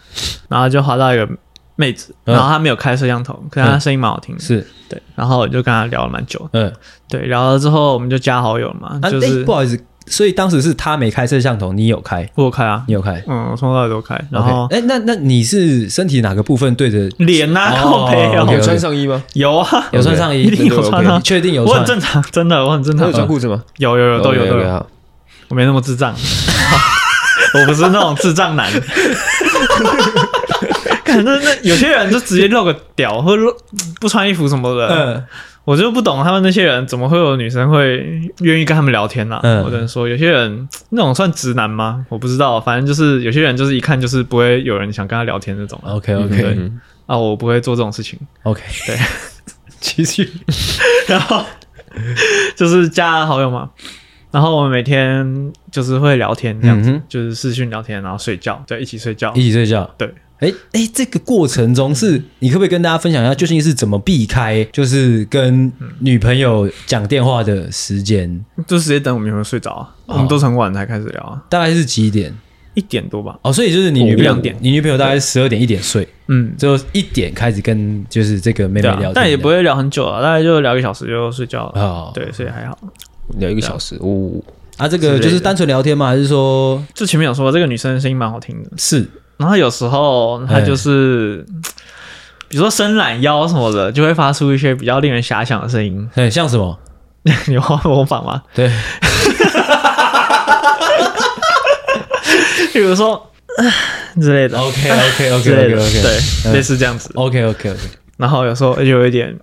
[SPEAKER 3] 然后就滑到一个妹子，
[SPEAKER 1] 嗯
[SPEAKER 3] 然后她没有开摄像头，可是她声音蛮好听的，
[SPEAKER 1] 是，
[SPEAKER 3] 对，然后我就跟她聊了蛮久，
[SPEAKER 1] 嗯，
[SPEAKER 3] 对，聊了之后我们就加好友嘛，
[SPEAKER 1] 啊哎
[SPEAKER 3] 就是
[SPEAKER 1] 不好意思，所以当时是他没开摄像头，你有开，
[SPEAKER 3] 我有开啊，
[SPEAKER 1] 你有开。
[SPEAKER 3] 嗯，我从头到尾都开，然后
[SPEAKER 1] OK，哎、那那你是身体哪个部分对着？
[SPEAKER 3] 脸呐、
[SPEAKER 1] 哦
[SPEAKER 3] 啊，靠背
[SPEAKER 1] 哦
[SPEAKER 3] 哦，
[SPEAKER 2] 有穿上衣吗？
[SPEAKER 3] 有啊，
[SPEAKER 1] 有穿上衣
[SPEAKER 3] 一定有穿啊
[SPEAKER 1] 你确定有
[SPEAKER 3] 我
[SPEAKER 1] 穿
[SPEAKER 3] 很？正常，真的我很正
[SPEAKER 2] 他
[SPEAKER 3] 常
[SPEAKER 2] 有，穿裤子吗？
[SPEAKER 3] 有有有都有都有。
[SPEAKER 2] 嗯有。
[SPEAKER 3] 我没那么智障， 我不是那种智障男。 看，那那有些人就直接露个屌，或者露不穿衣服什么的，
[SPEAKER 1] 嗯，
[SPEAKER 3] 我就不懂他们那些人怎么会有女生会愿意跟他们聊天啦、啊
[SPEAKER 1] 嗯
[SPEAKER 3] 我只能说，有些人那种算直男吗？我不知道，反正就是有些人就是一看就是不会有人想跟他聊天那种啊。
[SPEAKER 1] OK
[SPEAKER 2] 嗯
[SPEAKER 1] OK
[SPEAKER 2] 嗯
[SPEAKER 3] 啊，我不会做这种事情。
[SPEAKER 1] OK，
[SPEAKER 3] 对，
[SPEAKER 1] 继续。
[SPEAKER 3] 然后就是加好友嘛，然后我们每天就是会聊天这样子，
[SPEAKER 1] 嗯哼
[SPEAKER 3] 就是视讯聊天，然后睡觉，对，一起睡觉。
[SPEAKER 1] 一起睡觉。
[SPEAKER 3] 对，
[SPEAKER 1] 哎哎，这个过程中是你可不可以跟大家分享一下，究竟是怎么避开就是跟女朋友讲电话的时间？
[SPEAKER 3] 就直接等我们有没有睡着啊？
[SPEAKER 1] 哦
[SPEAKER 3] 我们都是很晚才开始聊啊，
[SPEAKER 1] 大概是几点？
[SPEAKER 3] 一点多吧。
[SPEAKER 1] 哦，所以就是你
[SPEAKER 3] 哦
[SPEAKER 1] 女朋友，
[SPEAKER 3] 两点
[SPEAKER 1] 你女朋友大概十二点一点睡，
[SPEAKER 3] 嗯，
[SPEAKER 1] 最后一点开始跟就是这个妹妹
[SPEAKER 3] 对啊
[SPEAKER 1] 聊天，，
[SPEAKER 3] 但也不会聊很久啊，大概就聊一个小时就睡觉了。
[SPEAKER 1] 哦
[SPEAKER 3] 对，所以还好。
[SPEAKER 2] 聊一个小时，哦呜、
[SPEAKER 1] 啊，这个
[SPEAKER 3] 之类的
[SPEAKER 1] 就是单纯聊天吗？还是说
[SPEAKER 3] 就前面有说，这个女生的声音蛮好听的，
[SPEAKER 1] 是
[SPEAKER 3] 然后有时候她就是，
[SPEAKER 1] 哎
[SPEAKER 3] 比如说伸懒腰什么的，就会发出一些比较令人遐想的声音。
[SPEAKER 1] 很像什么？
[SPEAKER 3] 你有模仿吗？
[SPEAKER 1] 对，
[SPEAKER 3] 比如说呃之类的
[SPEAKER 1] OK OK
[SPEAKER 3] 之
[SPEAKER 1] OK
[SPEAKER 3] 类
[SPEAKER 1] OK
[SPEAKER 3] 的
[SPEAKER 1] OK
[SPEAKER 3] 对，类似这样子。
[SPEAKER 1] OK OK OK，
[SPEAKER 3] 然后有时候就有一点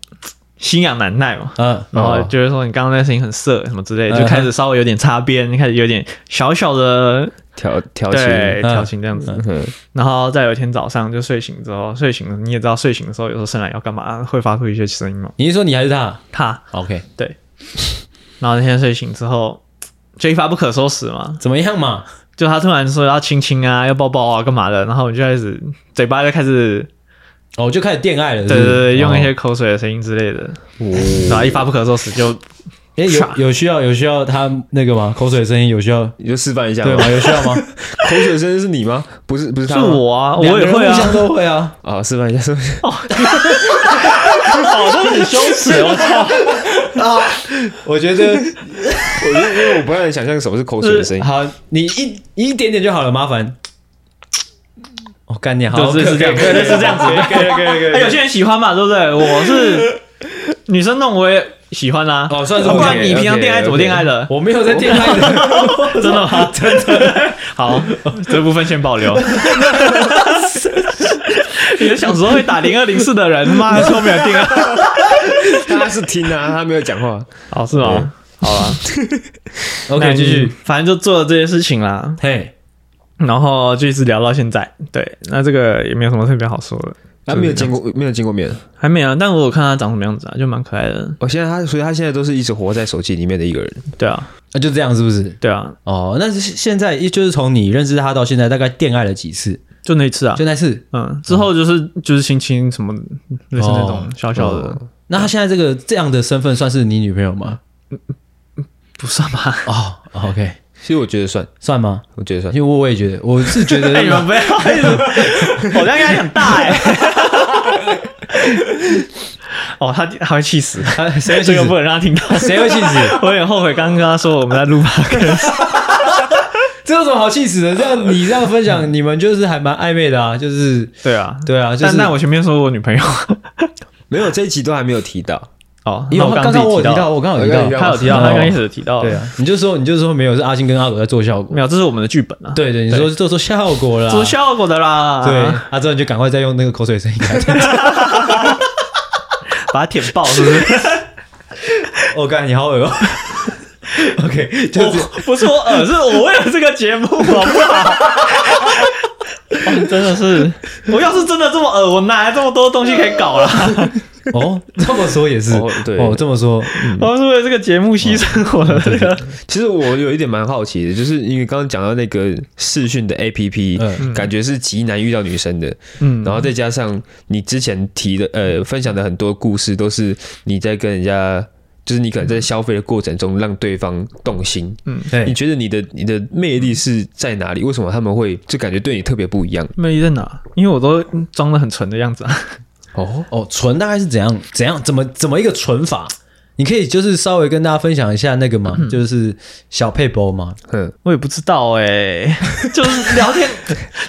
[SPEAKER 3] 心痒难耐嘛，
[SPEAKER 1] 嗯，
[SPEAKER 3] 然后就会说你刚刚那声音很色什么之类的，
[SPEAKER 1] 嗯
[SPEAKER 3] 就开始稍微有点擦边，开始有点小小的
[SPEAKER 2] 调调情，
[SPEAKER 3] 对
[SPEAKER 1] 嗯
[SPEAKER 3] 调情这样子。
[SPEAKER 2] 嗯，
[SPEAKER 3] 然后再有一天早上就睡醒之后，睡醒了你也知道，睡醒的时候有时候伸懒腰干嘛会发出一些声音嘛，
[SPEAKER 1] 你是说你还是他
[SPEAKER 3] 他。
[SPEAKER 1] ？OK，
[SPEAKER 3] 然后那天睡醒之后。就一发不可收拾嘛，
[SPEAKER 1] 怎么样嘛？
[SPEAKER 3] 就他突然说要亲亲啊，要抱抱啊，干嘛的，然后我就开始嘴巴就开始
[SPEAKER 1] 哦，就开始恋爱了，是哦不
[SPEAKER 3] 对
[SPEAKER 1] 是哦
[SPEAKER 3] 对对，用一些口水的声音之类的，然后一发不可收拾就
[SPEAKER 1] 哎、
[SPEAKER 3] 唰
[SPEAKER 1] 有有需要有需要他那个吗？口水的声音有需要
[SPEAKER 2] 你就示范一下
[SPEAKER 1] 对
[SPEAKER 2] 嘛
[SPEAKER 1] 吗？。有需要 吗？
[SPEAKER 2] 口水声是你吗？不是，不是
[SPEAKER 3] 是
[SPEAKER 2] 他吗
[SPEAKER 3] 我啊，我
[SPEAKER 1] 两个
[SPEAKER 3] 也
[SPEAKER 1] 人
[SPEAKER 3] 会
[SPEAKER 1] 互相
[SPEAKER 3] 啊，
[SPEAKER 1] 都会 啊。
[SPEAKER 2] 啊，示范一下，示范一下。
[SPEAKER 3] 好像很羞耻，
[SPEAKER 1] 哦
[SPEAKER 3] 我操，
[SPEAKER 1] 我觉得
[SPEAKER 2] 我就因为我不太能想象什么是口水的声音。
[SPEAKER 1] 好，你一你一点点就好了，麻烦。我、干你好，
[SPEAKER 3] 就是是这样，对，是这样子，可以可以哎可以。有些人喜欢嘛，对不对？我是 女生弄我也喜欢啊，
[SPEAKER 1] 哦算是
[SPEAKER 3] 不然
[SPEAKER 2] OK，
[SPEAKER 3] 你平常恋爱
[SPEAKER 2] OK，
[SPEAKER 3] 怎么恋爱的？
[SPEAKER 1] 我没有在电台 的，
[SPEAKER 3] 真的 吗？真的。 好，这部分先保留。你的小时候会打零二零四的人， 妈的说没有定啊？
[SPEAKER 2] 他是听啊，他没有讲话。
[SPEAKER 3] 好是吗？好了
[SPEAKER 1] OK，继续。，
[SPEAKER 3] 反正就做了这些事情啦。
[SPEAKER 1] 嘿，
[SPEAKER 3] 然后就一直聊到现在。对，那这个也没有什么特别好说的，
[SPEAKER 2] 他没有见过，没有见过面。
[SPEAKER 3] 还没啊。但我有看他长什么样子啊，就蛮可爱的。
[SPEAKER 2] 哦我现在他，所以他现在都是一直活在手机里面的一个人。
[SPEAKER 3] 对啊，
[SPEAKER 1] 那、就这样是不是？
[SPEAKER 3] 对啊，
[SPEAKER 1] 哦，那是现在就是从你认识他到现在，大概恋爱了几次？
[SPEAKER 3] 就那一次啊
[SPEAKER 1] 就。那次。
[SPEAKER 3] 嗯，之后就是就是亲亲什么，类似那种小小的，
[SPEAKER 2] 哦
[SPEAKER 1] 那他现在这个这样的身份算是你女朋友吗？
[SPEAKER 3] 不算吧？
[SPEAKER 1] 哦，OK，
[SPEAKER 2] 其实我觉得算，
[SPEAKER 1] 算吗？
[SPEAKER 2] 我觉得算
[SPEAKER 1] 因。为我我也觉得，我是觉 得
[SPEAKER 3] 哎，你们不要一直，我这样压力很 大哎。哦，他他会气死，
[SPEAKER 1] 啊 谁会气
[SPEAKER 3] 这个
[SPEAKER 1] 死
[SPEAKER 3] 不？能让他听到。
[SPEAKER 1] 谁会气死？
[SPEAKER 3] 我有点后悔刚刚跟他说我们在录 podcast，
[SPEAKER 1] 这有什么好气死的？这样你这样分享，你们就是还蛮暧昧的啊，就是
[SPEAKER 3] 对啊，
[SPEAKER 1] 对啊，就是
[SPEAKER 3] 但但我前面说我女朋友，
[SPEAKER 2] 没有这一集都还没有提到。
[SPEAKER 3] 哦，
[SPEAKER 1] 因
[SPEAKER 3] 那
[SPEAKER 1] 为
[SPEAKER 3] 我
[SPEAKER 1] 刚
[SPEAKER 3] 自己
[SPEAKER 1] 刚我有
[SPEAKER 3] 提
[SPEAKER 1] 提到，我刚刚有提
[SPEAKER 2] 我刚
[SPEAKER 1] 到
[SPEAKER 2] 刚，
[SPEAKER 3] 他有提到，
[SPEAKER 1] 哦
[SPEAKER 3] 他刚开始有提到，
[SPEAKER 1] 对，啊，你就说你就说没有是阿星跟阿狗在做效果
[SPEAKER 3] 没，有，这是我们的剧本啊，，
[SPEAKER 1] 对对，你说做做效果啦，
[SPEAKER 3] 做效果的啦，
[SPEAKER 1] 对，，啊，之后你就赶快再用那个口水声音改天。
[SPEAKER 3] 把它舔爆，是不是？
[SPEAKER 1] 我干，你好恶哦 OK，就是
[SPEAKER 3] 我不是我耳，是我为了这个节目，好不好？ 哦、真的是，我要是真的这么耳，我哪来这么多东西可以搞啦？啊
[SPEAKER 1] 哦，这么说也是
[SPEAKER 2] 哦，对
[SPEAKER 1] 哦，这么说，
[SPEAKER 3] 我是为了这个节目牺牲我的这 个，
[SPEAKER 2] 其实我有一点蛮好奇的，就是因为刚刚讲到那个视讯的 APP，、
[SPEAKER 1] 嗯
[SPEAKER 2] 感觉是极难遇到女生的。
[SPEAKER 3] 嗯
[SPEAKER 2] 然后再加上你之前提的呃分享的很多故事，都是你在跟人家，就是你可能在消费的过程中让对方动心。你
[SPEAKER 1] 对，
[SPEAKER 2] 觉得你的你的魅力是在哪里？为什么他们会就感觉对你特别不一样？
[SPEAKER 3] 魅力在哪？因为我都装的很纯的样子啊，
[SPEAKER 2] 哦，
[SPEAKER 1] 哦，纯大概是怎样怎样怎么怎么一个纯法？你可以就是稍微跟大家分享一下那个嘛，就是小配包嘛，
[SPEAKER 2] 嗯，
[SPEAKER 3] 我也不知道哎、 就是聊天，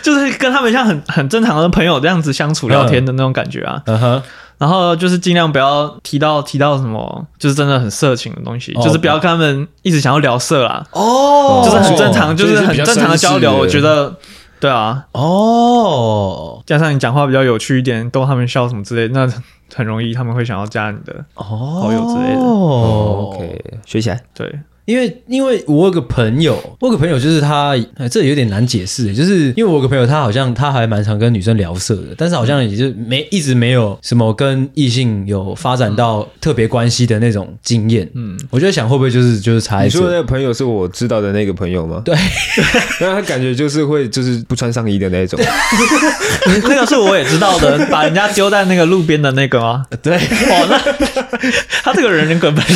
[SPEAKER 3] 就是跟他们像很很正常的朋友这样子相处聊天的那种感觉啊。
[SPEAKER 1] 嗯哼，
[SPEAKER 3] 然后就是尽量不要提到提到什么，就是真的很色情的东西，
[SPEAKER 1] 哦
[SPEAKER 3] 就是不要跟他们一直想要聊色啊啦，
[SPEAKER 1] 哦
[SPEAKER 3] 就是很正常，
[SPEAKER 2] 就
[SPEAKER 3] 就是是很正常的交流。我
[SPEAKER 2] 比较绅士
[SPEAKER 3] 觉得，对啊，
[SPEAKER 1] 哦，
[SPEAKER 3] 加上你讲话比较有趣一点，逗他们笑什么之类的，那 很容易他们会想要加你的。
[SPEAKER 1] 哦，
[SPEAKER 3] 好友之类的
[SPEAKER 1] 哦
[SPEAKER 2] OK，学起来。
[SPEAKER 3] 对，
[SPEAKER 1] 因为因为我有个朋友，我有个朋友就是他，哎这有点难解释，就是因为我有个朋友，他好像他还蛮常跟女生聊色的，但是好像也就没一直没有什么跟异性有发展到特别关系的那种经验。嗯，我就在想会不会就是就是差
[SPEAKER 2] 你
[SPEAKER 1] 一
[SPEAKER 2] 说的那
[SPEAKER 1] 岁，
[SPEAKER 2] 个朋友是我知道的那个朋友吗？
[SPEAKER 1] 对，
[SPEAKER 2] 那他感觉就是会就是不穿上衣的那一种。哦
[SPEAKER 3] 那个是我也知道的，把人家丢在那个路边的那个吗？
[SPEAKER 1] 对，
[SPEAKER 3] 哦，那 他这个人人根本就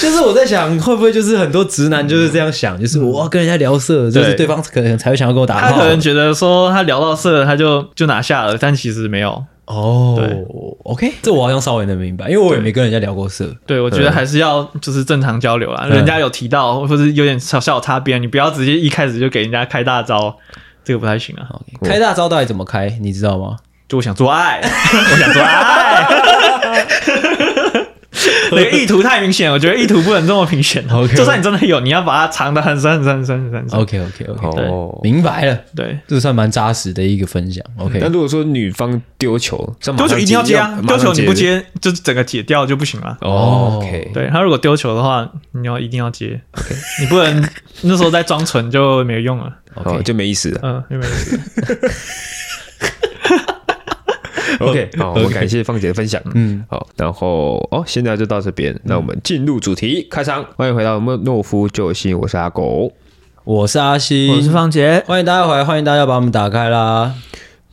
[SPEAKER 1] 就是我在想会不会就是很多直男就是这样想，就是我要跟人家聊色，就是
[SPEAKER 3] 对
[SPEAKER 1] 对方可能才会想要跟我打
[SPEAKER 3] 他
[SPEAKER 1] 炮
[SPEAKER 3] 可。能觉得说他聊到色，他就就拿下了，但其实没有。
[SPEAKER 1] 哦
[SPEAKER 3] 对
[SPEAKER 1] ，OK，这我好像稍微能明白，因为我也没跟人家聊过色。
[SPEAKER 3] 对，我觉得还是要就是正常交流啦。人家有提到，或是有点小小擦边，你不要直接一开始就给人家开大招，这个不太行啊。
[SPEAKER 1] OK，开大招到底怎么开，你知道吗？
[SPEAKER 3] 就我想做爱，我想做爱， 那个意图太明显，我觉得意图不能这么明显。
[SPEAKER 1] OK
[SPEAKER 3] 就算你真的有，你要把它藏得很深很深很深很深很深。
[SPEAKER 1] OK OK OK，、
[SPEAKER 2] 哦，
[SPEAKER 1] 明白了，
[SPEAKER 3] 对，
[SPEAKER 1] 这算蛮扎实的一个分享。OK，
[SPEAKER 2] 那如果说女方丢球，这样马
[SPEAKER 3] 丢
[SPEAKER 2] 上
[SPEAKER 3] 球一定要接啊，
[SPEAKER 2] 马
[SPEAKER 3] 丢
[SPEAKER 2] 上
[SPEAKER 3] 球你不。接，就是整个解掉就不行了。
[SPEAKER 2] 哦，OK，
[SPEAKER 3] 对他如果丢球的话，你要一定要接，你不能 那时候再装纯就没有用了。
[SPEAKER 2] 哦，
[SPEAKER 1] OK
[SPEAKER 2] 就没意 思了。
[SPEAKER 3] 嗯，没有意思。
[SPEAKER 2] OK，好，我们
[SPEAKER 1] OK
[SPEAKER 2] 感谢芳姐的分享。
[SPEAKER 1] 嗯，
[SPEAKER 2] 好，然后哦，现在就到这边，那我们进入主题，开场。欢迎回到我们诺夫救星，我是阿狗。
[SPEAKER 1] 我是阿西，
[SPEAKER 3] 方杰，
[SPEAKER 1] 欢迎大家回来，欢迎大家把我们打开啦。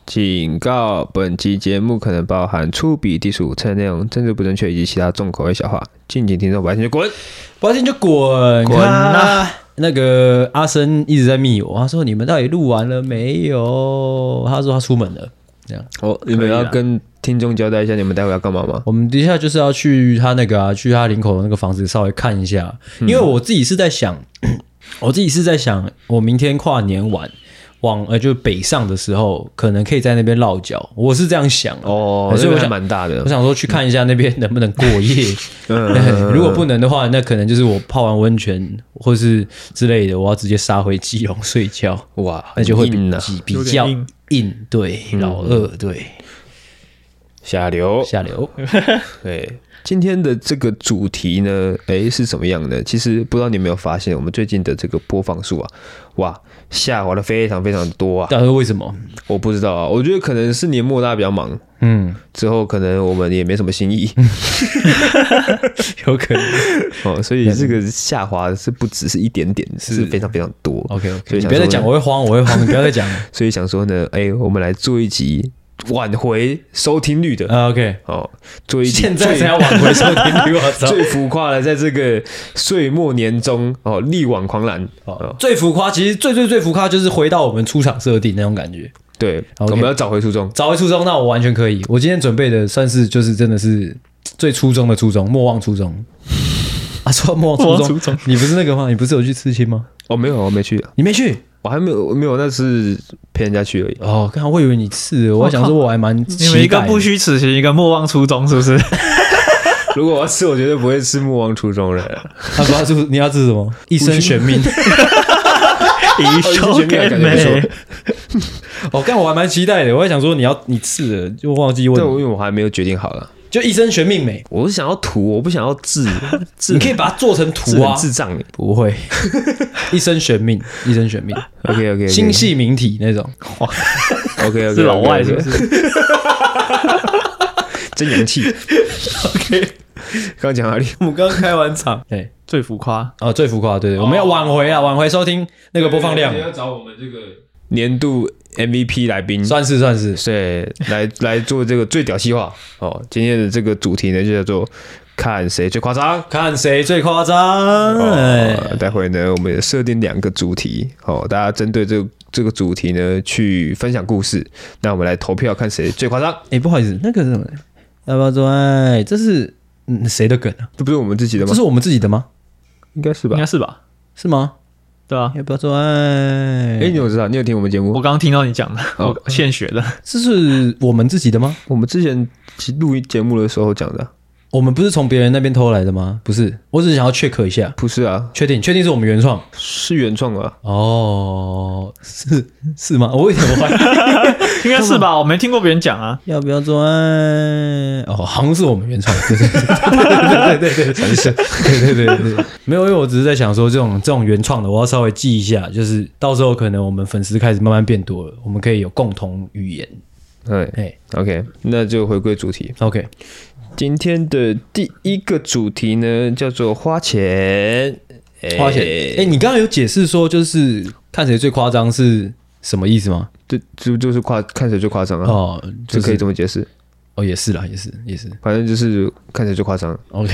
[SPEAKER 2] 警告：本期节目可能包含粗鄙、低俗、无内容、政治不正确以及其他重口味笑话，敬请听众白天就滚。
[SPEAKER 1] 不要听就滚
[SPEAKER 3] 滚啊！
[SPEAKER 1] 那个阿生一直在密我，他说你们到底录完了没有？他说他出门了。这样，
[SPEAKER 2] 哦，你们
[SPEAKER 3] 可以
[SPEAKER 2] 要
[SPEAKER 3] 啦
[SPEAKER 2] 跟听众交代一下，你们待会要干嘛吗？
[SPEAKER 1] 我们等一下就是要去他那个啊，去他林口的那个房子稍微看一下，因为我自己是在想， 我自己是在想，我明天跨年晚往呃就北上的时候，可能可以在那边落脚，我是这样想啊
[SPEAKER 2] 哦，
[SPEAKER 1] 可是
[SPEAKER 2] 这
[SPEAKER 1] 我
[SPEAKER 2] 个还
[SPEAKER 1] 想
[SPEAKER 2] 蛮大的
[SPEAKER 1] 我。想说去看一下那边能不能过 夜，
[SPEAKER 2] 嗯
[SPEAKER 1] 如果不能的话，那可能就是我泡完温泉或是之类的，我要直接杀回基隆睡觉，
[SPEAKER 2] 哇，
[SPEAKER 1] 那就会
[SPEAKER 2] 很
[SPEAKER 1] 比
[SPEAKER 2] 硬啊，嗯
[SPEAKER 1] 比
[SPEAKER 3] 有点
[SPEAKER 1] 较
[SPEAKER 3] 硬
[SPEAKER 1] 硬，对，老二对
[SPEAKER 2] 下流。
[SPEAKER 1] 下 流，
[SPEAKER 2] 对，今天的这个主题呢，诶，是怎么样呢？其实不知道你有没有发现，我们最近的这个播放数啊，哇，下滑的非常非常多啊。
[SPEAKER 1] 到底是为什么？
[SPEAKER 2] 我不知道啊，我觉得可能是年末大家比较忙，
[SPEAKER 1] 嗯，
[SPEAKER 2] 之后可能我们也没什么 新意
[SPEAKER 1] 有可 能。
[SPEAKER 2] 哦，所以这个下滑是不只是一点点，是非常非常多。
[SPEAKER 1] OK
[SPEAKER 2] 所
[SPEAKER 1] OK，
[SPEAKER 2] 以
[SPEAKER 1] 你
[SPEAKER 2] 想
[SPEAKER 1] 不要再
[SPEAKER 2] 说
[SPEAKER 1] 讲，我会慌，我会 慌，你不要再讲。
[SPEAKER 2] 所以想说呢，诶，我们来做一集挽回收听率的。
[SPEAKER 1] 啊 OK，
[SPEAKER 2] 哦，做一集
[SPEAKER 1] 现在
[SPEAKER 2] 最
[SPEAKER 1] 才要挽回收听率，我操！
[SPEAKER 2] 最浮夸的，在这个岁末年终哦，力挽狂澜哦，
[SPEAKER 1] 最浮夸，其实最最最浮夸就是回到我们出场设定那种感觉。
[SPEAKER 2] 对
[SPEAKER 1] OK
[SPEAKER 2] 我们要找回初衷。
[SPEAKER 1] 找回初衷，那我完全可以。我今天准备的算是就是真的是最初衷的初衷，莫忘初衷。 啊，说到莫忘初
[SPEAKER 3] 莫
[SPEAKER 1] 衷，
[SPEAKER 3] 忘初衷
[SPEAKER 1] 你不是那个吗？你不是有去刺青吗？
[SPEAKER 2] 哦，没有，我没去，
[SPEAKER 1] 你没去
[SPEAKER 2] 我还没有，没有，那是陪人家去而已。
[SPEAKER 1] 哦？刚我以为你刺了，我还想说我还蛮期
[SPEAKER 3] 你
[SPEAKER 1] 待
[SPEAKER 3] 们
[SPEAKER 1] 的
[SPEAKER 3] 一个不虚此行，一个莫忘初衷，是不是？
[SPEAKER 2] 如果我要吃，我绝对不会吃莫忘初衷的。
[SPEAKER 1] 啊，不要刺，你要刺什么？一生悬命。
[SPEAKER 3] 一
[SPEAKER 2] 休跟没。
[SPEAKER 1] 哦，刚我还蛮期待的，我还想说你要你刺了，就忘记
[SPEAKER 2] 但我因
[SPEAKER 1] 问你，
[SPEAKER 2] 为我还没有决定好了，
[SPEAKER 1] 就一生悬命美，
[SPEAKER 2] 我是想要图，我不想要字，字
[SPEAKER 1] 你可以把它做成
[SPEAKER 2] 字
[SPEAKER 1] 图
[SPEAKER 2] 很
[SPEAKER 1] 啊。
[SPEAKER 2] 智障。
[SPEAKER 1] 不 会，一生悬命，一生悬命，
[SPEAKER 2] OK OK，
[SPEAKER 1] 星系名体那种。
[SPEAKER 2] OK OK，
[SPEAKER 3] 是老外是不是？
[SPEAKER 2] 真洋气。OK，刚讲哪里？
[SPEAKER 1] 我们刚开完场，对。
[SPEAKER 3] 最浮夸，
[SPEAKER 1] 哦，最浮夸，对对，我们要挽回啊，挽回收听那个播放量，
[SPEAKER 2] 找我们这个年度 MVP 来宾。
[SPEAKER 1] 算是算是
[SPEAKER 2] 对，来来做这个最屌细化哦。今天的这个主题呢，就叫做看谁最夸张。
[SPEAKER 1] 看谁最夸张。哎
[SPEAKER 2] 哦，待会呢，我们也设定两个主题，哦，大家针对这个这个主题呢去分享故事。那我们来投票看谁最夸张，
[SPEAKER 1] 哎，不好意思，那个是什么？要不要做爱？这是嗯谁的梗啊？
[SPEAKER 2] 这不是我们自己的吗
[SPEAKER 1] 这？是我们自己的吗？
[SPEAKER 2] 应该是吧
[SPEAKER 3] 应该？是吧？
[SPEAKER 1] 是吗？
[SPEAKER 3] 对啊，
[SPEAKER 1] 要不要做爱？
[SPEAKER 2] 哎，你有知道？你有听我们节目
[SPEAKER 3] 我？刚刚听到你讲的，我现学的。
[SPEAKER 1] 这是我们自己的吗？
[SPEAKER 2] 我们之前录音节目的时候讲的，
[SPEAKER 1] 我们不是从别人那边偷来的吗？不是，我只是想要 check 一下，
[SPEAKER 2] 不是啊，
[SPEAKER 1] 确定确定是我们原创
[SPEAKER 2] 是原创啊，
[SPEAKER 1] 哦，是 是吗？我为什么会
[SPEAKER 3] 应该是吧？我没听过别人讲啊。
[SPEAKER 1] 要不要做爱？哦，好像是我们原创，对对对对对对对对对对对，没有，因为我只是在想说，这种这种原创的，我要稍微记一下，就是到时候可能我们粉丝开始慢慢变多了，我们可以有共同语言。
[SPEAKER 2] 哎
[SPEAKER 1] 哎
[SPEAKER 2] ，OK，那就回归主题。
[SPEAKER 1] ，OK，
[SPEAKER 2] 今天的第一个主题呢，叫做花钱。哎
[SPEAKER 1] 花钱。哎、你刚刚有解释说，就是看谁最夸张是什么意思吗？
[SPEAKER 2] 这这不就是夸看谁最夸张啊？
[SPEAKER 1] 哦，
[SPEAKER 2] 这
[SPEAKER 1] 就
[SPEAKER 2] 可以
[SPEAKER 1] 是
[SPEAKER 2] 这么解释，
[SPEAKER 1] 哦，也是啦，也是也是。
[SPEAKER 2] 反正就是看谁最夸张，
[SPEAKER 1] OK，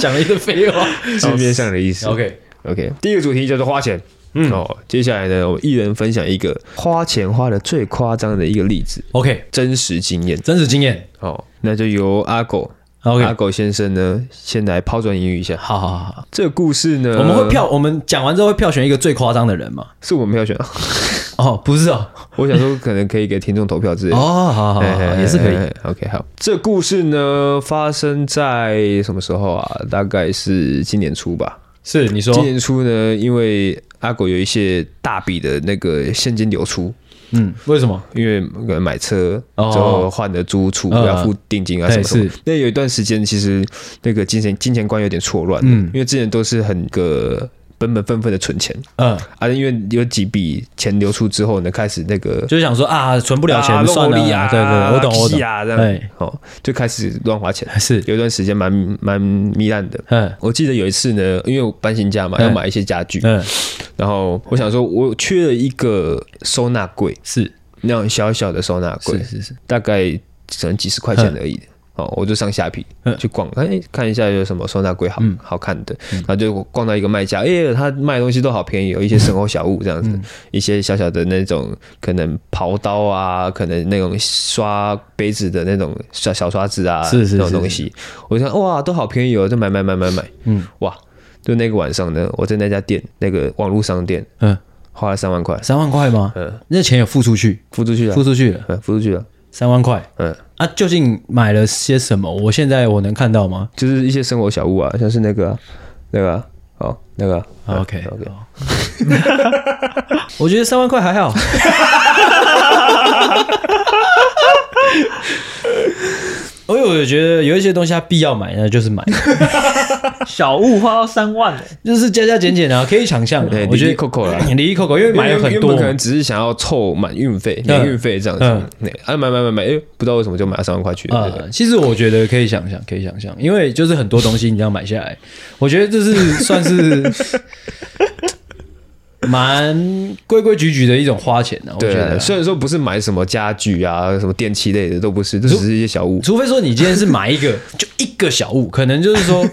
[SPEAKER 1] 讲了一堆废话。
[SPEAKER 2] 字面上的意思。
[SPEAKER 1] 哦 OK，
[SPEAKER 2] OK，第一个主题叫做花钱。嗯哦，接下来呢，我们一人分享一个花钱花的最夸张的一个例子，
[SPEAKER 1] OK，
[SPEAKER 2] 真实经验。
[SPEAKER 1] 真实经验。
[SPEAKER 2] 哦，那就由阿狗
[SPEAKER 1] OK，
[SPEAKER 2] 阿狗先生呢，先来抛砖引玉一下。
[SPEAKER 1] 好好好好，
[SPEAKER 2] 这个故事呢，
[SPEAKER 1] 我们会票，我们讲完之后会票选一个最夸张的人嘛？
[SPEAKER 2] 是我们票选，
[SPEAKER 1] 哦，不是哦，
[SPEAKER 2] 我想说可能可以给听众投票之类
[SPEAKER 1] 哦，
[SPEAKER 2] 的。
[SPEAKER 1] 好好好，
[SPEAKER 2] 嘿嘿嘿
[SPEAKER 1] 也是可以。
[SPEAKER 2] 嘿嘿 OK，好，这故事呢发生在什么时候啊？大概是今年初吧。
[SPEAKER 1] 是你说
[SPEAKER 2] 今年初呢，因为阿狗有一些大笔的那个现金流出，
[SPEAKER 1] 嗯，为什么？
[SPEAKER 2] 因为可能买车之
[SPEAKER 1] 哦
[SPEAKER 2] 后换了租屋处，
[SPEAKER 1] 嗯
[SPEAKER 2] 要付定金啊什
[SPEAKER 1] 哎
[SPEAKER 2] 么什么
[SPEAKER 1] 是。
[SPEAKER 2] 那有一段时间，其实那个金钱金钱观有点错乱，
[SPEAKER 1] 嗯
[SPEAKER 2] 因为之前都是很个本本分分的存钱
[SPEAKER 1] 嗯，
[SPEAKER 2] 啊，因为有几笔钱流出之后呢，开始那个
[SPEAKER 1] 就是想说啊，存不
[SPEAKER 2] 不
[SPEAKER 1] 了钱算了
[SPEAKER 2] 啊，
[SPEAKER 1] 啦，对对，我懂我
[SPEAKER 2] 屁
[SPEAKER 1] 懂，
[SPEAKER 2] 啊，这
[SPEAKER 1] 哎
[SPEAKER 2] 样哦，就开始乱花钱，
[SPEAKER 1] 是，
[SPEAKER 2] 有一段时间蛮蛮糜烂的。
[SPEAKER 1] 嗯
[SPEAKER 2] 我记得有一次呢，因为我搬新家嘛，
[SPEAKER 1] 嗯
[SPEAKER 2] 要买一些家具，
[SPEAKER 1] 嗯，
[SPEAKER 2] 然后我想说，我缺了一个收纳柜，
[SPEAKER 1] 是
[SPEAKER 2] 那种小小的收纳柜
[SPEAKER 1] 是，是是，
[SPEAKER 2] 大概可能几十块钱而已。哦，我就上下皮
[SPEAKER 1] 嗯
[SPEAKER 2] 去逛，哎，看一下有什么收纳柜好好看的，然后就我逛到一个卖家，哎，他卖的东西都好便宜，有一些生活小物这样
[SPEAKER 1] 嗯
[SPEAKER 2] 子，一些小小的那种可能刨刀啊，可能那种刷杯子的那种小小刷子啊，
[SPEAKER 1] 是是
[SPEAKER 2] 那种
[SPEAKER 1] 是
[SPEAKER 2] 东西，我就想哇，都好便宜哦，就买买买买买，
[SPEAKER 1] 嗯
[SPEAKER 2] 哇，就那个晚上呢，我在那家店那个网络商店
[SPEAKER 1] 嗯，
[SPEAKER 2] 花了三万块，
[SPEAKER 1] 三万块吗？
[SPEAKER 2] 嗯，
[SPEAKER 1] 那钱有付出去，
[SPEAKER 2] 付出去了
[SPEAKER 1] 付，出去了
[SPEAKER 2] 嗯，付出去了，
[SPEAKER 1] 三万块。
[SPEAKER 2] 嗯，
[SPEAKER 1] 啊，究竟买了些什么？我现在我能看到吗
[SPEAKER 2] 就是一些生活小物啊，像是那个啊、那个啊、哦，那个啊、
[SPEAKER 1] 啊？OK
[SPEAKER 2] 嗯 OK，
[SPEAKER 1] 好 我觉得三万块还好。 因为我觉得有一些东西它必要买，那就是买，
[SPEAKER 3] 小物花到三万、欸，
[SPEAKER 1] 就是加加减减啊，可以想象、啊
[SPEAKER 2] 对。
[SPEAKER 1] 我觉
[SPEAKER 2] 离离
[SPEAKER 1] 得
[SPEAKER 2] 扣扣啦
[SPEAKER 1] 离离扣扣，因为买了很
[SPEAKER 2] 原本
[SPEAKER 1] 多
[SPEAKER 2] 可，能只是想要凑满运费、
[SPEAKER 1] 嗯
[SPEAKER 2] 年运费这样
[SPEAKER 1] 嗯
[SPEAKER 2] 子，对啊买买买买，哎，不知道为什么就买了三万块去了，对
[SPEAKER 1] 呃，其实我觉得可以想象，可以想象，因为就是很多东西你这样买下来，我觉得这是算是蛮规规矩矩的一种花钱的、啊。我觉
[SPEAKER 2] 对
[SPEAKER 1] 得
[SPEAKER 2] 对，
[SPEAKER 1] 啊，
[SPEAKER 2] 虽然说不是买什么家具啊、什么电器类的都不是，这只是一些小物。
[SPEAKER 1] 除非说你今天是买一 个就一个小物，可能就是说，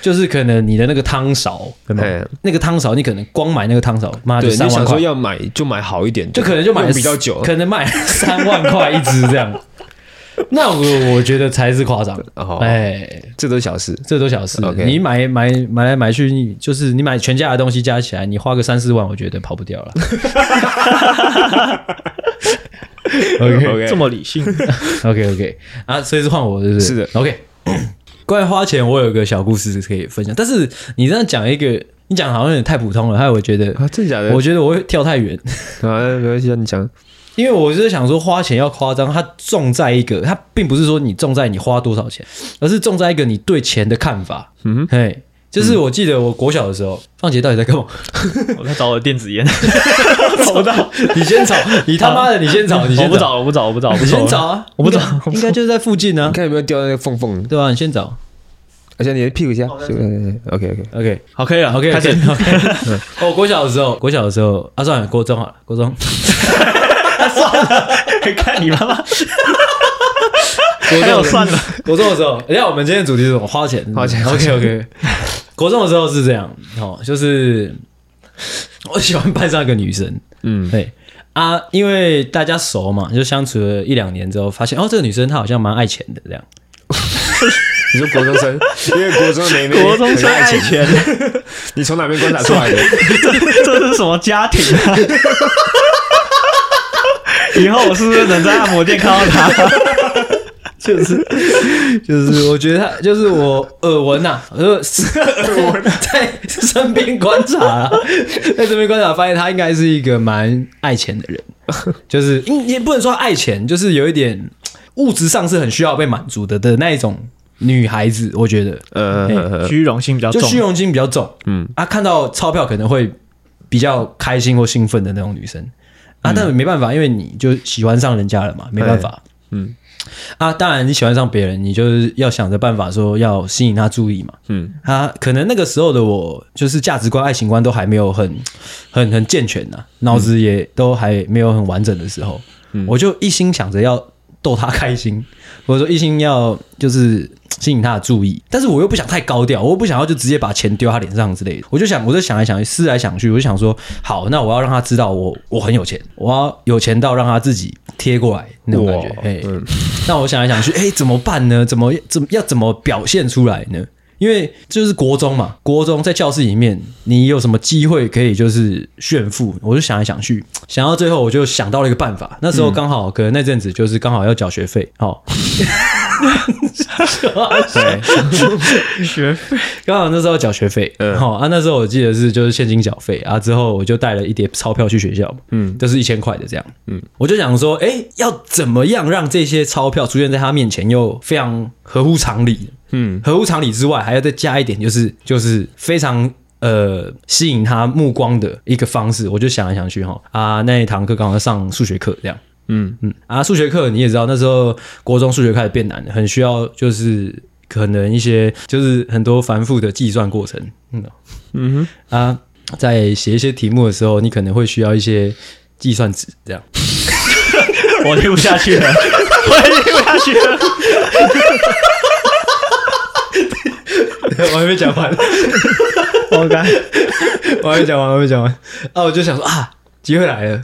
[SPEAKER 1] 就是可能你的那个汤勺，对吗
[SPEAKER 2] 哎？
[SPEAKER 1] 那个汤勺你可能光买那个汤勺，妈就
[SPEAKER 2] 对，
[SPEAKER 1] 三
[SPEAKER 2] 你
[SPEAKER 1] 万
[SPEAKER 2] 想说
[SPEAKER 1] 块，
[SPEAKER 2] 要买就买好一点的，
[SPEAKER 1] 就可能就买了
[SPEAKER 2] 用比较久
[SPEAKER 1] 可能买了 三万块一支这样。那我我觉得才是夸张，
[SPEAKER 2] 哦
[SPEAKER 1] 哎、
[SPEAKER 2] 这都是小事。
[SPEAKER 1] 这都小事。
[SPEAKER 2] OK
[SPEAKER 1] 你买买买来买去，你就是你买全家的东西加起来，你花个三四万，我觉得跑不掉 了。
[SPEAKER 2] OK
[SPEAKER 3] 这么理性，
[SPEAKER 1] OK OK 啊，所以是换我，是不是？
[SPEAKER 2] 是的。
[SPEAKER 1] OK，关于花钱，我有个小故事可以分享，但是你这样讲一个，你讲好像有点太普通了，害我觉得，
[SPEAKER 2] 啊，真的假的？
[SPEAKER 1] 我觉得我会跳太远，
[SPEAKER 2] 啊，没关系，啊，你讲。
[SPEAKER 1] 因为我就是想说花钱要夸张，它重在一个，它并不是说你重在你花多少钱，而是重在一个你对钱的看法。嗯，嘿。就是我记得我国小的时候，放杰到底在干嘛？
[SPEAKER 3] 我在找我的电子烟，找不到，
[SPEAKER 1] 你先找，你他妈的，你先找，你
[SPEAKER 3] 我
[SPEAKER 1] 先
[SPEAKER 3] 不，找，我不找，我不找，我
[SPEAKER 1] 你
[SPEAKER 3] 不
[SPEAKER 1] 先找啊！
[SPEAKER 3] 我不找
[SPEAKER 1] 应该应该就是在附近呢
[SPEAKER 2] 你，看有没有掉那个缝缝？
[SPEAKER 1] 对吧？你先找
[SPEAKER 2] 而且你的屁股下。OK OK。
[SPEAKER 1] ，OK。
[SPEAKER 3] 好，可以了
[SPEAKER 1] OK，
[SPEAKER 3] 开 始。
[SPEAKER 1] OK。我哦国小的时候，国小的时候啊，算了，国中好了，国中，
[SPEAKER 3] 看你妈妈，
[SPEAKER 1] 国
[SPEAKER 3] 没
[SPEAKER 1] 中
[SPEAKER 3] 有
[SPEAKER 1] 的时候
[SPEAKER 3] 算了，
[SPEAKER 1] 国中的时候，等一下我们今天的主题是什么？花钱，
[SPEAKER 2] 花钱花
[SPEAKER 1] OK OK。国中的时候是这样哦，就是 我喜欢班上一个女生，
[SPEAKER 2] 嗯，
[SPEAKER 1] 对啊，因为大家熟嘛，就相处了一两年之后，发现哦，这个女生她好像蛮爱钱的这样。
[SPEAKER 2] 你说国中生，因为国中没
[SPEAKER 3] 国中生爱
[SPEAKER 2] 情，
[SPEAKER 3] 钱，
[SPEAKER 2] 你从哪边观察出来的？
[SPEAKER 3] 这是什么家庭啊？以后我是不是能在按摩店看到他？就是
[SPEAKER 1] 就是我觉得他就是我耳闻呐、 呃，是耳闻在身边观察啦，在身边观察发现他应该是一个蛮爱钱的 人，就是嗯也不能说爱钱，就是有一点物质上是很需要被满足的的那一种女孩子，我觉得
[SPEAKER 2] 呃，呵呵
[SPEAKER 3] 虚荣心比较
[SPEAKER 1] 就
[SPEAKER 3] 重，
[SPEAKER 1] 虚荣心比较重，嗯，啊，看到钞票可能会比较开心或兴奋的那种女生啊，但没办法，因为你就喜欢上人家了嘛，没办法，
[SPEAKER 2] 嗯
[SPEAKER 1] 啊，当然你喜欢上别人，你就是要想着办法说要吸引他注意嘛。
[SPEAKER 2] 嗯，
[SPEAKER 1] 他、可能那个时候的我，就是价值观、爱情观都还没有很、很、很健全呐、脑子也都还没有很完整的时候，
[SPEAKER 2] 嗯
[SPEAKER 1] 我就一心想着要逗他开心， 或者说一心要就是吸引他的注意，但是我又不想太高调，我又不想要就直接把钱丢他脸上之类的，我就想，我就想来想去，思来想去，我就想说，好，那我要让他知道我我很有钱，我要有钱到让他自己贴过来那种感觉
[SPEAKER 2] 哇，
[SPEAKER 1] 哎、
[SPEAKER 2] 嗯
[SPEAKER 1] 那我想来想去，哎、怎么办呢？怎么怎么要怎么表现出来呢？因为这就是国中嘛，国中在教室里面，你有什么机会可以就是炫富？我就想来想去，想到最后我就想到了一个办法。那时候刚好、可能那阵子就是刚好要缴学费，哦，
[SPEAKER 2] 对，
[SPEAKER 3] 学费
[SPEAKER 1] 刚好那时候缴学费，
[SPEAKER 2] 嗯
[SPEAKER 1] 好、啊，那时候我记得是就是现金缴费啊，之后我就带了一叠钞票去学校，嗯，就是一千块的这样，嗯，我就想说，哎、要怎么样让这些钞票出现在他面前又非常合乎常理，
[SPEAKER 2] 嗯，
[SPEAKER 1] 合乎常理之外，还要再加一点，就是就是非常。呃，吸引他目光的一个方式，我就想来想去哈啊，那一堂课刚好在上数学课这样，
[SPEAKER 2] 嗯
[SPEAKER 1] 嗯啊，数学课你也知道，那时候国中数学开始变难了，很需要就是可能一些就是很多繁复的计算过程，嗯
[SPEAKER 2] 嗯哼，
[SPEAKER 1] 啊，在写一些题目的时候，你可能会需要一些计算纸这样。
[SPEAKER 3] 我听不下去了，我也听不下去了。
[SPEAKER 1] 我还没讲完，
[SPEAKER 3] 我该
[SPEAKER 1] 我还没讲完，我还没讲完啊！我就想说啊，机会来了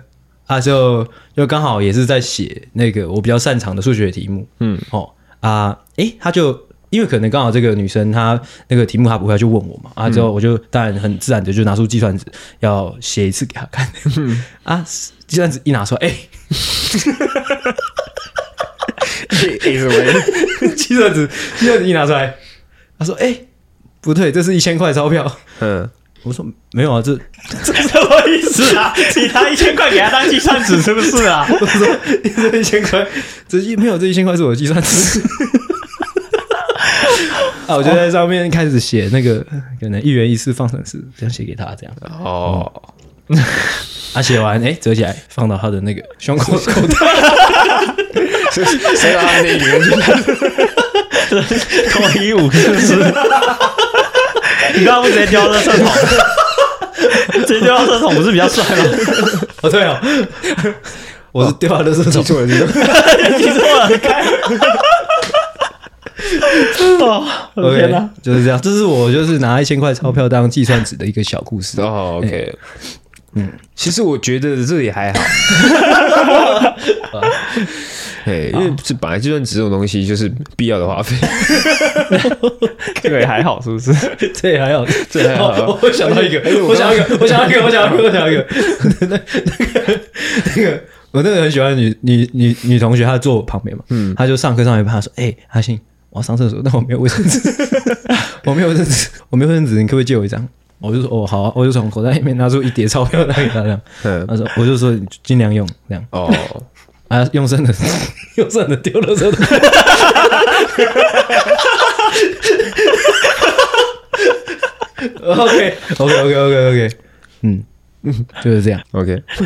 [SPEAKER 1] 啊，就就刚好也是在写那个我比较擅长的数学题目，
[SPEAKER 2] 嗯，
[SPEAKER 1] 哦啊，诶，他就因为可能刚好这个女生她那个题目她不会，她就问我嘛，啊之后我就当然很自然的就拿出计算纸要写一次给她看， 啊，计算纸一拿出来，诶，
[SPEAKER 2] 意思为
[SPEAKER 1] 计算纸计算纸一拿出来，她说，诶，不对，这是一千块钞票，
[SPEAKER 2] 嗯，
[SPEAKER 1] 我说没有啊，这
[SPEAKER 3] 这什么意思啊？你拿一千块给他当计算纸是不是啊？
[SPEAKER 1] 我说这一千块，这一没有这一千块是我的计算纸。 啊，我就在上面开始写那个可能一元一次方程式，这样写给他，这样
[SPEAKER 2] 哦，
[SPEAKER 1] 啊，写完哎、诶折起来放到他的那个胸口口袋，
[SPEAKER 2] 谁谁把他那语言
[SPEAKER 3] 脱衣舞是不是？ 你刚刚不直接丢到垃 圾桶？直接丢到垃圾桶不是比较帅吗？
[SPEAKER 1] 哦对哦， 我是丢到垃圾
[SPEAKER 2] 记
[SPEAKER 1] 桶，
[SPEAKER 2] 错了，记错了，
[SPEAKER 3] 你错了，看。 哦， 我的天
[SPEAKER 1] OK，
[SPEAKER 3] 哪！
[SPEAKER 1] 就是这样，这是我就是拿一千块钞票当计算纸的一个小故事。
[SPEAKER 2] 哦，OK，嗯，其实我觉得这也还好。对，因为这本来计算纸这种东西就是必要的花费，
[SPEAKER 3] 这个也还好，是不是？
[SPEAKER 1] 这也还好，
[SPEAKER 2] 这还好
[SPEAKER 1] 哦我想到一个
[SPEAKER 2] 而且，我
[SPEAKER 1] 我
[SPEAKER 2] 刚
[SPEAKER 1] 想到一个，我想到一个，我想到 一个，我想到一个。那那个那个，我那个很喜欢的女女女女同学，她坐我旁边嘛，嗯，她就上课上一半，她说：“哎、阿信，我要上厕所，但我没有卫生纸， 我没有卫生纸，我没有卫生纸，你可不可以借我一张？”我就说：“哦，好啊。”我就从口袋里面拿出一叠钞票拿给她，这样。
[SPEAKER 2] 嗯，
[SPEAKER 1] 她说：“我就说你尽量用，这样
[SPEAKER 2] 哦，
[SPEAKER 1] 啊，用剩的 用剩的丢了真的。”OK OK OK OK OK，嗯，就是这样。
[SPEAKER 2] OK，
[SPEAKER 3] 这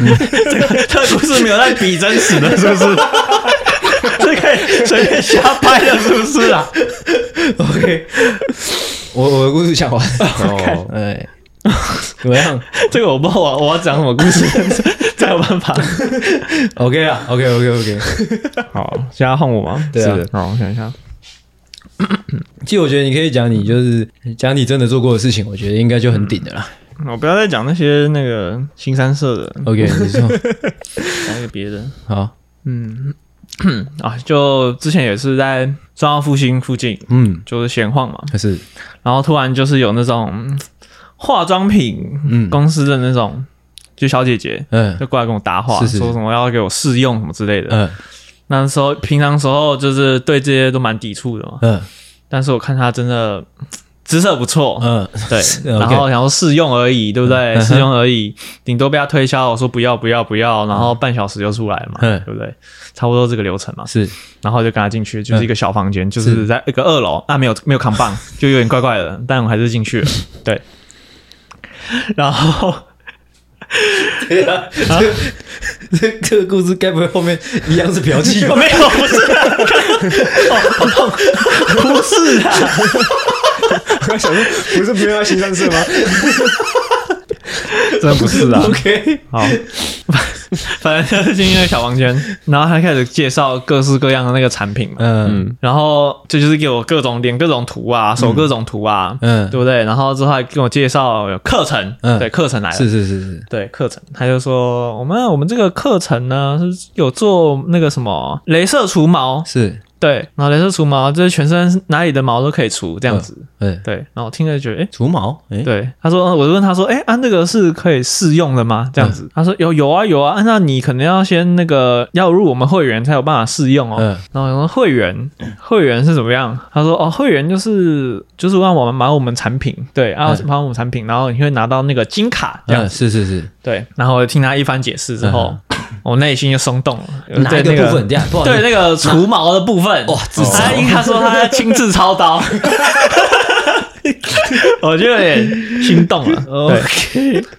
[SPEAKER 3] 个故事没有在比真实的，是不是？ 这可以随便瞎拍的，是不是啊？
[SPEAKER 1] OK，我我的故事讲完。
[SPEAKER 2] 哦，
[SPEAKER 1] 哎，怎么样
[SPEAKER 3] 这个我不知道我我要讲什么故事， 这有办法。
[SPEAKER 1] ？OK 啊，OK OK OK。
[SPEAKER 3] 好，现在换我 吗？
[SPEAKER 1] 对啊
[SPEAKER 3] 是的好，我想一下。
[SPEAKER 1] 其实我觉得你可以讲你就是讲你真的做过的事情，我觉得应该就很顶的啦。
[SPEAKER 3] 我不要再讲那些那个新三社的，
[SPEAKER 1] OK，你说
[SPEAKER 3] 讲一个别的。
[SPEAKER 1] 好，
[SPEAKER 3] 嗯，啊，就之前也是在中央复兴附近，
[SPEAKER 1] 嗯，
[SPEAKER 3] 就是闲晃嘛，
[SPEAKER 1] 可是
[SPEAKER 3] 然后突然就是有那种嗯化妆品
[SPEAKER 1] 嗯
[SPEAKER 3] 公司的那种，就小姐姐
[SPEAKER 1] 嗯
[SPEAKER 3] 就过来跟我搭话，
[SPEAKER 1] 是是
[SPEAKER 3] 说什么要给我试用什么之类的。
[SPEAKER 1] 嗯
[SPEAKER 3] 那时候平常时候就是对这些都蛮抵触的嘛，
[SPEAKER 1] 嗯
[SPEAKER 3] 但是我看他真的嗯姿色不错，
[SPEAKER 1] 嗯，
[SPEAKER 3] 对，
[SPEAKER 1] OK
[SPEAKER 3] 然后想说试用而已，对不对？
[SPEAKER 1] 嗯
[SPEAKER 3] 试用而已，顶多被他推销，我说不要不要不要，然后半小时就出来了嘛，
[SPEAKER 1] 嗯
[SPEAKER 3] 对不对？差不多这个流程嘛，
[SPEAKER 1] 是
[SPEAKER 3] 然后就跟他进去，
[SPEAKER 1] 嗯
[SPEAKER 3] 就是一个小房间，就是在一个二楼，啊，没有没有扛棒， 就有点怪怪的，但我还是 进去了，对。然后 哦
[SPEAKER 1] 对啊，这这个故事该不会后面一样是嫖 妓吧？
[SPEAKER 3] 没有，不是啊，不是啊，
[SPEAKER 2] 我想说，不是不用要新三色 吗？
[SPEAKER 3] 真的不是啊。
[SPEAKER 1] OK，
[SPEAKER 3] 好， 反正就是进去那个小房间，然后他开始介绍各式各样的那个产品嘛，
[SPEAKER 1] 嗯
[SPEAKER 3] 然后这就是给我各种点各种图啊，手各种图啊，
[SPEAKER 1] 嗯
[SPEAKER 3] 对不对？然后之后还跟我介绍有课程，
[SPEAKER 1] 嗯
[SPEAKER 3] 对，课程来了，
[SPEAKER 1] 是是是是，
[SPEAKER 3] 对课程，他就说我们我们这个课程呢是有做那个什么镭射除毛，
[SPEAKER 1] 是，
[SPEAKER 3] 对，然后镭射除毛就是全身哪里的毛都可以除这样子，
[SPEAKER 1] 嗯，
[SPEAKER 3] 对，然后我听着觉得哎。诶
[SPEAKER 1] 除毛，哎，
[SPEAKER 3] 对，他说，我就问他说，哎、啊，那个是可以试用的吗？这样
[SPEAKER 1] 嗯
[SPEAKER 3] 子，他说有有啊有啊，啊那你可能要先那个要入我们会员才有办法试用哦。
[SPEAKER 1] 嗯
[SPEAKER 3] 然后我说会员，会员是怎么样？他说哦，会员就是就是让我们买我们产品，对，啊，
[SPEAKER 1] 嗯
[SPEAKER 3] 买我们产品，然后你会拿到那个金卡这样
[SPEAKER 1] 嗯，
[SPEAKER 3] 子，
[SPEAKER 1] 是是是，
[SPEAKER 3] 对。然后我听他一番解释之后，我内心就松动了。
[SPEAKER 1] 哪
[SPEAKER 3] 对
[SPEAKER 1] 一个
[SPEAKER 3] 那
[SPEAKER 1] 部分？这样不好意
[SPEAKER 3] 对
[SPEAKER 1] 思，
[SPEAKER 3] 那个除毛的部分，
[SPEAKER 1] 哦哇自杀
[SPEAKER 3] 他他说他亲自操刀，我就有点心动 了。对，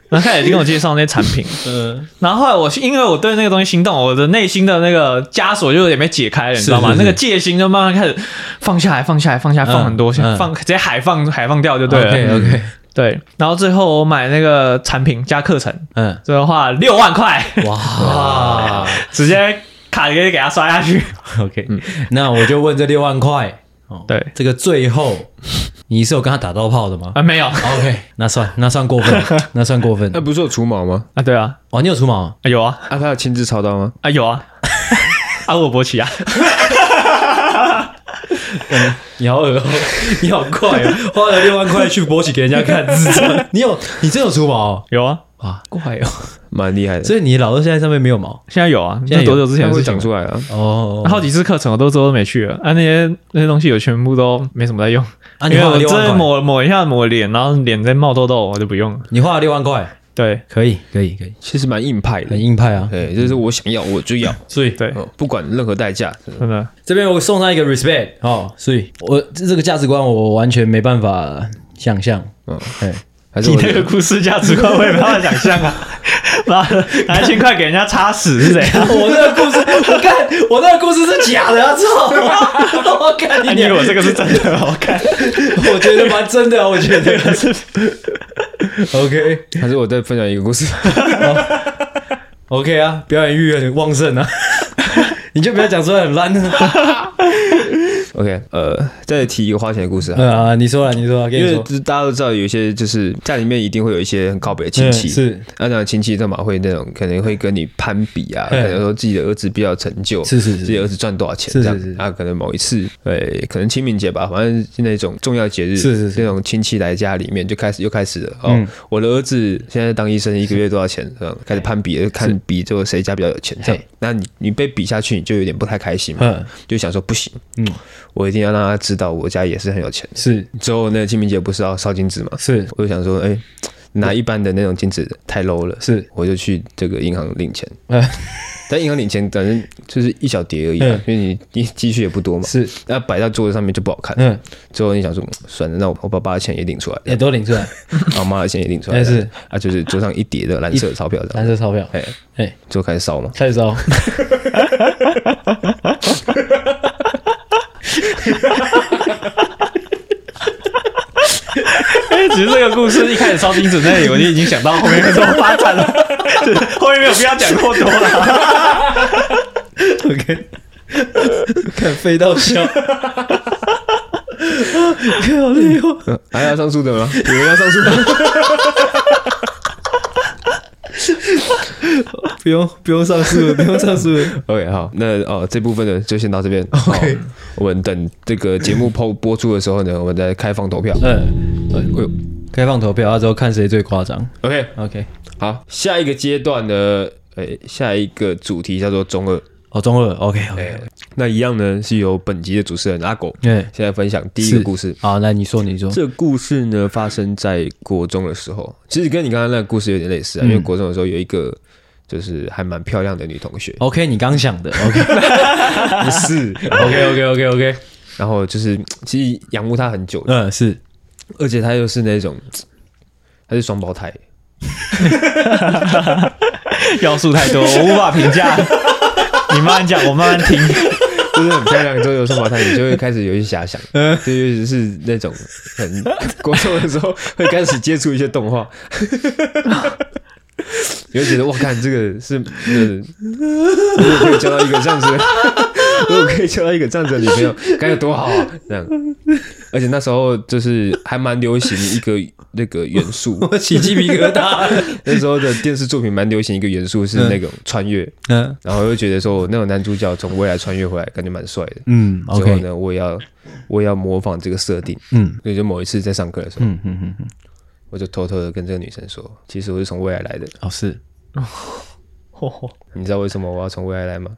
[SPEAKER 3] 然后开始就跟我介哦绍那些产品，
[SPEAKER 1] 嗯，
[SPEAKER 3] 然后后来我是因为我对那个东西心动，我的内心的那个枷锁就有点被解开了，你知道吗？
[SPEAKER 1] 是是
[SPEAKER 3] 那个戒心就慢慢开始放下来，放下来，放下
[SPEAKER 1] 嗯
[SPEAKER 3] 来，放很多，
[SPEAKER 1] 嗯
[SPEAKER 3] 放直接海放海放掉就对了。啊嗯
[SPEAKER 1] ，OK OK，
[SPEAKER 3] 对，然后最后我买那个产品加课程，
[SPEAKER 1] 嗯，
[SPEAKER 3] 最后花了六万块，
[SPEAKER 1] 哇
[SPEAKER 3] 直接卡直接给他刷下去。
[SPEAKER 1] ，OK，那我就问这六万块，哦，
[SPEAKER 3] 嗯对
[SPEAKER 1] 这个最后你是有跟他打到炮的吗
[SPEAKER 3] 啊，呃没有
[SPEAKER 1] ？OK，那算那算过分， 那算过分
[SPEAKER 2] 那，不是有除毛吗？
[SPEAKER 3] 啊，对啊，
[SPEAKER 1] 哦，你有除毛啊？
[SPEAKER 3] 啊有啊，
[SPEAKER 2] 啊，他有亲自操刀吗？
[SPEAKER 3] 啊有 啊，啊我勃起啊，
[SPEAKER 1] 你好恶哦， 你好快哦， 花了六万块去勃起给人家看，智障！ 你有，你真有除毛哦
[SPEAKER 3] 有啊，
[SPEAKER 1] 哇，怪哦！
[SPEAKER 2] 蛮厉害的，
[SPEAKER 1] 所以你老二现在上面没有毛
[SPEAKER 3] 现在有啊，
[SPEAKER 1] 现在
[SPEAKER 3] 这
[SPEAKER 1] 有
[SPEAKER 3] 多久之前
[SPEAKER 2] 他
[SPEAKER 3] 的
[SPEAKER 2] 会
[SPEAKER 3] 事情
[SPEAKER 2] 讲
[SPEAKER 3] 了？
[SPEAKER 2] 出来啊。
[SPEAKER 1] 哦
[SPEAKER 3] 那好几次课程我都之后都没去了，啊那些那些东西我全部都没什么在用，
[SPEAKER 1] 啊！
[SPEAKER 3] 因
[SPEAKER 1] 你
[SPEAKER 3] 为
[SPEAKER 1] 花了
[SPEAKER 3] 我
[SPEAKER 1] 六
[SPEAKER 3] 真的
[SPEAKER 1] 万块，
[SPEAKER 3] 抹抹一下抹脸，然后脸在冒痘痘，我就不用了。
[SPEAKER 1] 你花了六万块，
[SPEAKER 3] 对
[SPEAKER 1] 可以，可以，可以，
[SPEAKER 2] 其实蛮硬派
[SPEAKER 1] 很
[SPEAKER 3] 嗯
[SPEAKER 2] 的，
[SPEAKER 1] 硬派啊！
[SPEAKER 2] 对，就是我想要我就要，
[SPEAKER 1] 所以
[SPEAKER 3] 对，
[SPEAKER 2] 嗯，不管任何代价。真的
[SPEAKER 3] 真的
[SPEAKER 1] 这边我送他一个 respect 哦，所以我这这个价值观我完全没办法想象，
[SPEAKER 2] 嗯，
[SPEAKER 1] 哎，
[SPEAKER 2] 还是
[SPEAKER 3] 你
[SPEAKER 2] 我
[SPEAKER 3] 那个故事价值观我也没办法想象 啊，妈的，拿一千块给人家插屎是怎啊 样？
[SPEAKER 1] 我那个故事，我看我那个故事是假的啊！操！ 我看
[SPEAKER 3] 啊你以为我这个是真的？我 看
[SPEAKER 1] 我觉得蛮真的啊，我觉 得 OK。
[SPEAKER 2] 还是我再分享一个故 事。
[SPEAKER 1] OK 啊，表演欲很旺盛啊，你就不要讲出来很 烂啊。
[SPEAKER 2] OK，呃，再提一个花钱的故事啊。
[SPEAKER 1] 嗯啊，你说了，你说了，跟
[SPEAKER 2] 因
[SPEAKER 1] 你
[SPEAKER 2] 为
[SPEAKER 1] 说，
[SPEAKER 2] 就是大家都知道，有一些就是家里面一定会有一些很靠北的亲戚，
[SPEAKER 1] 嗯是
[SPEAKER 2] 那当然亲戚干嘛会那种可能会跟你攀比啊，可
[SPEAKER 1] 嗯
[SPEAKER 2] 能说自己的儿子比较有成就，
[SPEAKER 1] 是是是
[SPEAKER 2] 自己的儿子赚多少钱
[SPEAKER 1] 是
[SPEAKER 2] 这样
[SPEAKER 1] 是是，
[SPEAKER 2] 啊，可能某一次，对，可能清明节吧，反正那种重要节日，
[SPEAKER 1] 是是是
[SPEAKER 2] 那种亲戚来家里面就开始又开始了哦，
[SPEAKER 1] 嗯
[SPEAKER 2] 我的儿子现在当医生一个月多少钱，这样开始攀比，就看比这个谁家比较有钱这样
[SPEAKER 1] 嘿，
[SPEAKER 2] 那你你被比下去，你就有点不太开心嘛，
[SPEAKER 1] 嗯，
[SPEAKER 2] 就想说不行，
[SPEAKER 1] 嗯，
[SPEAKER 2] 我一定要让他知道我家也是很有钱。
[SPEAKER 1] 是
[SPEAKER 2] 之后那个清明节不是要烧金纸嘛，
[SPEAKER 1] 是
[SPEAKER 2] 我就想说，哎、拿一般的那种金纸太 low 了，
[SPEAKER 1] 是，
[SPEAKER 2] 我就去这个银行领钱。
[SPEAKER 1] 嗯
[SPEAKER 2] 但银行领钱，反正就是一小叠而已、啊，因为你你积蓄也不多嘛，
[SPEAKER 1] 嗯是，
[SPEAKER 2] 那摆到桌子上面就不好看。
[SPEAKER 1] 嗯，
[SPEAKER 2] 最后你想说，嗯算了，那我我爸爸的钱也领出来
[SPEAKER 1] 也
[SPEAKER 2] 了，
[SPEAKER 1] 都领出来，
[SPEAKER 2] 然后妈的钱也领出来了，
[SPEAKER 1] 哎是
[SPEAKER 2] 啊，就是桌上一叠的蓝色的钞票这样，
[SPEAKER 1] 蓝色钞票，
[SPEAKER 2] 哎，
[SPEAKER 1] 哎，
[SPEAKER 2] 就开始烧嘛。
[SPEAKER 1] 开始烧，
[SPEAKER 3] 哎，只是这个故事一开始烧金子那里，我就已经想到后面会怎么发展了，啊就是 后面没有必要讲过多了。
[SPEAKER 1] OK，看飞到 笑，看好累哦，
[SPEAKER 2] 嗯还要上诉的吗？有人要上诉的？
[SPEAKER 1] 不用不用上诉了，不用上诉了，
[SPEAKER 2] OK，好，那哦，这部分呢就先到这边。
[SPEAKER 1] OK
[SPEAKER 2] 好我们等这个节目播播出的时候呢，我们再开放投票。
[SPEAKER 1] 嗯，
[SPEAKER 2] 哎呦
[SPEAKER 1] 开放投票啊，之后看谁最夸张。
[SPEAKER 2] OK，
[SPEAKER 1] OK，
[SPEAKER 2] 哎好，下一个阶段呢，诶、下一个主题叫做中二。
[SPEAKER 1] 哦，中二，OK
[SPEAKER 2] 哎
[SPEAKER 1] OK，，
[SPEAKER 2] 那一样呢是由本集的主持人阿狗
[SPEAKER 1] 对，
[SPEAKER 2] 现在分享第一个
[SPEAKER 1] 哎是
[SPEAKER 2] 故事。
[SPEAKER 1] 好，来你说你说，
[SPEAKER 2] 这个故事呢发生在国中的时候，其实跟你刚刚那个故事有点类似啊，
[SPEAKER 1] 嗯
[SPEAKER 2] 因为国中的时候有一个就是还蛮漂亮的女同 学，
[SPEAKER 1] OK，你刚想的 OK
[SPEAKER 2] 不是，
[SPEAKER 1] OK OK OK OK，
[SPEAKER 2] 然后就是其实仰慕她很久，
[SPEAKER 1] 嗯，是
[SPEAKER 2] 而且她又是那种她是双胞胎，
[SPEAKER 3] 要素太多， 我无法评价。你慢慢讲，我慢 慢听。
[SPEAKER 2] 就是很漂亮，之后有双胞胎，你就会开始有一些 遐想，
[SPEAKER 1] 嗯
[SPEAKER 2] 就尤其是那种很国中的时候会开始接触一些动画， 你会觉得哇，看这个是，呃如果可以交到一个这样子 的，如果可以交到一个这样子的女朋友，该有多好啊！这样，而且那时候就是还蛮流行一个那个元素，
[SPEAKER 1] 我起鸡皮疙瘩，
[SPEAKER 2] 那时候的电视作品蛮流行一个元素是那种穿越，
[SPEAKER 1] 嗯
[SPEAKER 2] 然后又觉得说我那种男主角从未来穿越回来，感觉蛮帅的。
[SPEAKER 1] 嗯
[SPEAKER 2] 之后
[SPEAKER 1] ，OK，
[SPEAKER 2] 呢，我也要我也要模仿这个设定。
[SPEAKER 1] 嗯
[SPEAKER 2] 所以就某一次在上课的时候，
[SPEAKER 1] 嗯嗯嗯嗯，
[SPEAKER 2] 我就偷偷的跟这个女生说，其实我是从未来来的。
[SPEAKER 1] 哦是，
[SPEAKER 2] 你知道为什么我要从未来来吗？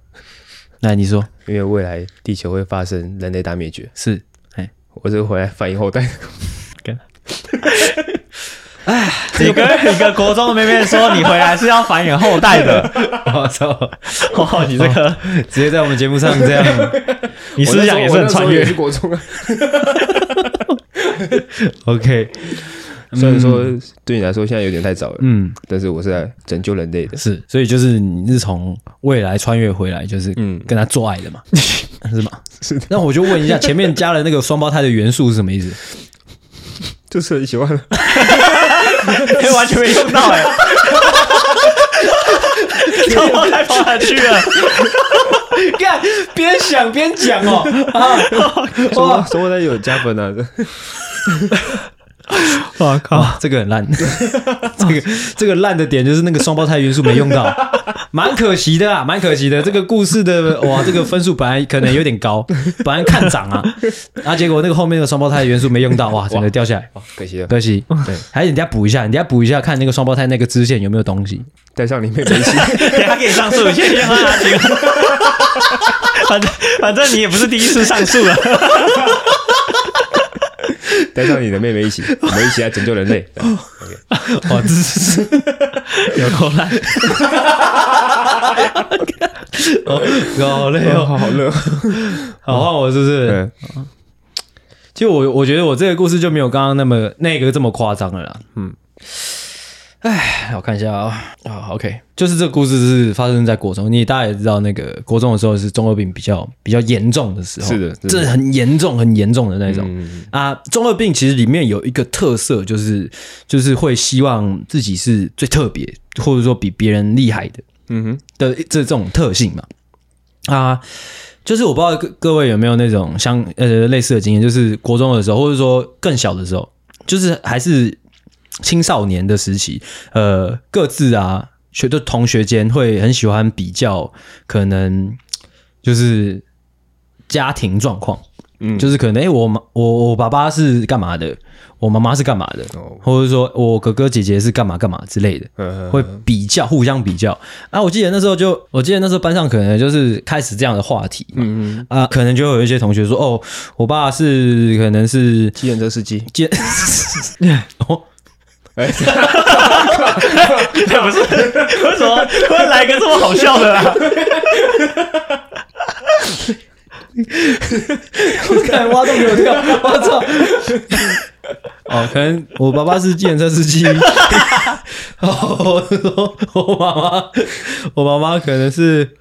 [SPEAKER 1] 来你说
[SPEAKER 2] 因为未来地球会发生人类大灭绝，
[SPEAKER 1] 是，哎，
[SPEAKER 2] 我是回来反应后代。
[SPEAKER 3] 你跟你跟国中的妹妹说，你回来是要繁衍后代的。
[SPEAKER 1] 我操，
[SPEAKER 3] 哦，你这个，
[SPEAKER 1] 直接在我们节目上这 样
[SPEAKER 3] 你思想也是很穿
[SPEAKER 2] 我那时候我那时候也。是
[SPEAKER 3] 越
[SPEAKER 2] 国中啊。
[SPEAKER 1] ，OK，
[SPEAKER 2] 虽然说对你来说现在有点太早了，
[SPEAKER 1] 嗯
[SPEAKER 2] 但是我是来拯救人类的。
[SPEAKER 1] 是，所以就是你是从未来穿越回来，就是
[SPEAKER 2] 嗯
[SPEAKER 1] 跟他做爱的 嘛，是吗？是。那我就问一下，前面加了那个双胞胎的元素是什么意思？
[SPEAKER 2] 就是很 喜欢了，
[SPEAKER 3] 哎、 完全没用到哎、欸，怎么还跑哪去了？
[SPEAKER 1] 看，边想边讲哦，啊，
[SPEAKER 2] 双胞双胞胎有加分啊！
[SPEAKER 3] 我靠！
[SPEAKER 1] 啊这个很 烂，这个这个烂的点就是那个双胞胎元素没用 到，蛮可惜的啊，蛮可惜的。这个故事的哇，这个分数本来可能有点高，本来看涨啊，然后结果那个后面的双胞胎元素没用到，哇，整个掉下来，
[SPEAKER 2] 可惜了，
[SPEAKER 1] 可惜。
[SPEAKER 2] 对，
[SPEAKER 1] 还是人家补一下，人家补一下，看那个双胞胎那个支线有没有东西。
[SPEAKER 2] 带上你妹妹一起。
[SPEAKER 3] 等一下给你上诉，谢谢他拿几个。反正反正你也不是第一次上诉啊了，
[SPEAKER 2] 带上你的妹妹一起，我们一起来拯救人类。
[SPEAKER 1] 哦，这 是
[SPEAKER 3] 有够 烂！
[SPEAKER 1] 哦，好累哦，
[SPEAKER 2] 好热，
[SPEAKER 1] 好换我是不是？
[SPEAKER 2] 对，
[SPEAKER 1] 其实我我觉得我这个故事就没有刚刚那么那个这么夸张了啦。嗯，哎，我看一下啊、啊，OK，就是这个故事是发生在国中，你大家也知道，那个国中的时候是中二病比较比较严重的时候，
[SPEAKER 2] 是的是的
[SPEAKER 1] 这很严重很严重的那种。
[SPEAKER 2] 嗯，
[SPEAKER 1] 啊，中二病其实里面有一个特色，就是就是会希望自己是最特别，或者说比别人厉害的。
[SPEAKER 2] 嗯哼，
[SPEAKER 1] 的这种特性嘛。啊，就是我不知道各各位有没有那种相呃类似的经验，就是国中的时候，或者说更小的时候，就是还是青少年的时期，呃，各自啊学就同学间会很喜欢比较，可能就是家庭状况。
[SPEAKER 2] 嗯
[SPEAKER 1] 就是可能哎、诶我妈我我爸爸是干嘛的，我妈妈是干嘛的，
[SPEAKER 2] 哦，
[SPEAKER 1] 或者说我哥哥姐姐是干嘛干嘛之类的。
[SPEAKER 2] 嗯
[SPEAKER 1] 会比较，互相比较啊！我记得那时候就，我记得那时候班上可能就是开始这样的话题嘛，
[SPEAKER 2] 嗯嗯，
[SPEAKER 1] 啊，可能就有一些同学说，哦，我爸是可能是
[SPEAKER 2] 计程车司机，
[SPEAKER 1] 接， 哦，
[SPEAKER 2] 哎，
[SPEAKER 3] 不是， 为什么突然来个这么好笑的啊啦？
[SPEAKER 1] 我看挖洞给 我跳，我操！哦，可能我爸爸是计程车司 机，哦，我我妈妈，我妈妈可能是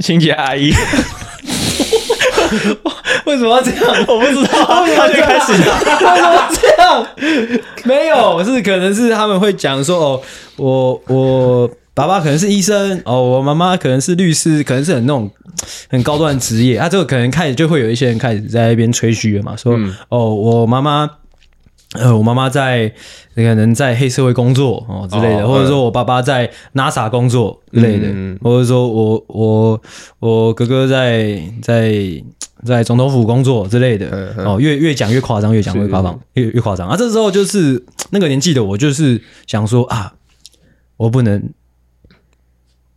[SPEAKER 3] 清洁阿姨，
[SPEAKER 1] 为什么要这样？
[SPEAKER 3] 我不知 道，啊他就开始了。
[SPEAKER 1] 他说这样没有，是可能是他们会讲说哦，我我爸爸可能是医生，哦，我妈妈可能是律师，可能是很那种很高端的职业。啊，这个可能开始就会有一些人开始在那边吹嘘了嘛，说、
[SPEAKER 3] 嗯
[SPEAKER 1] 哦，我妈妈。呃，我妈妈在可能在黑社会工作哦之类的，
[SPEAKER 2] 哦
[SPEAKER 1] 或者说我爸爸在 NASA 工作之类的，
[SPEAKER 2] 嗯
[SPEAKER 1] 或者说我我我哥哥在在在总统府工作之类的，
[SPEAKER 2] 嗯嗯
[SPEAKER 1] 哦，越越讲越夸张，越讲越夸张，越越夸张啊！这时候就是那个年纪的我，就是想说啊，我不能，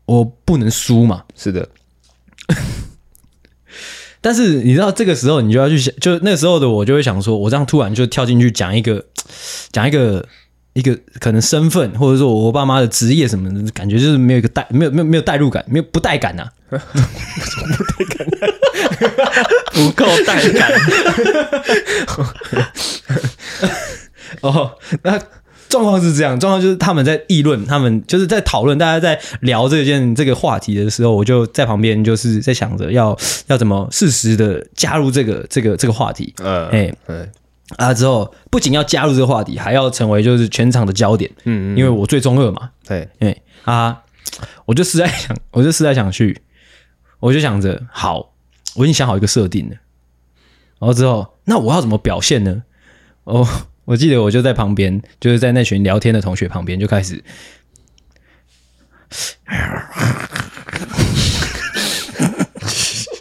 [SPEAKER 1] 我不能输嘛，
[SPEAKER 2] 是的，
[SPEAKER 1] 但是你知道，这个时候你就要去想，就那时候的我就会想说，我这样突然就跳进去讲一个，讲一个一个可能身份，或者说我爸妈的职业什么的，感觉就是没有一个代，没有没有没有代入感，没有不带感啊呐、
[SPEAKER 3] 不够带感。
[SPEAKER 1] 哦，那状况是这样，状况就是他们在议论，他们就是在讨论，大家在聊这件这个话题的时候，我就在旁边就是在想着要要怎么适时的加入这个这个这个话题。
[SPEAKER 2] 嗯，
[SPEAKER 1] 哎
[SPEAKER 2] 嗯
[SPEAKER 1] 啊，之后不仅要加入这个话题，还要成为就是全场的焦点，
[SPEAKER 2] 嗯，
[SPEAKER 1] 因为我最中二嘛，
[SPEAKER 2] 对，
[SPEAKER 1] 哎啊，我就实在想， 我就实在想去，我就想着，好，我已经想好一个设定了，然后之后，那我要怎么表现呢？哦，我记得我就在旁边，就是在那群聊天的同学旁边就开始，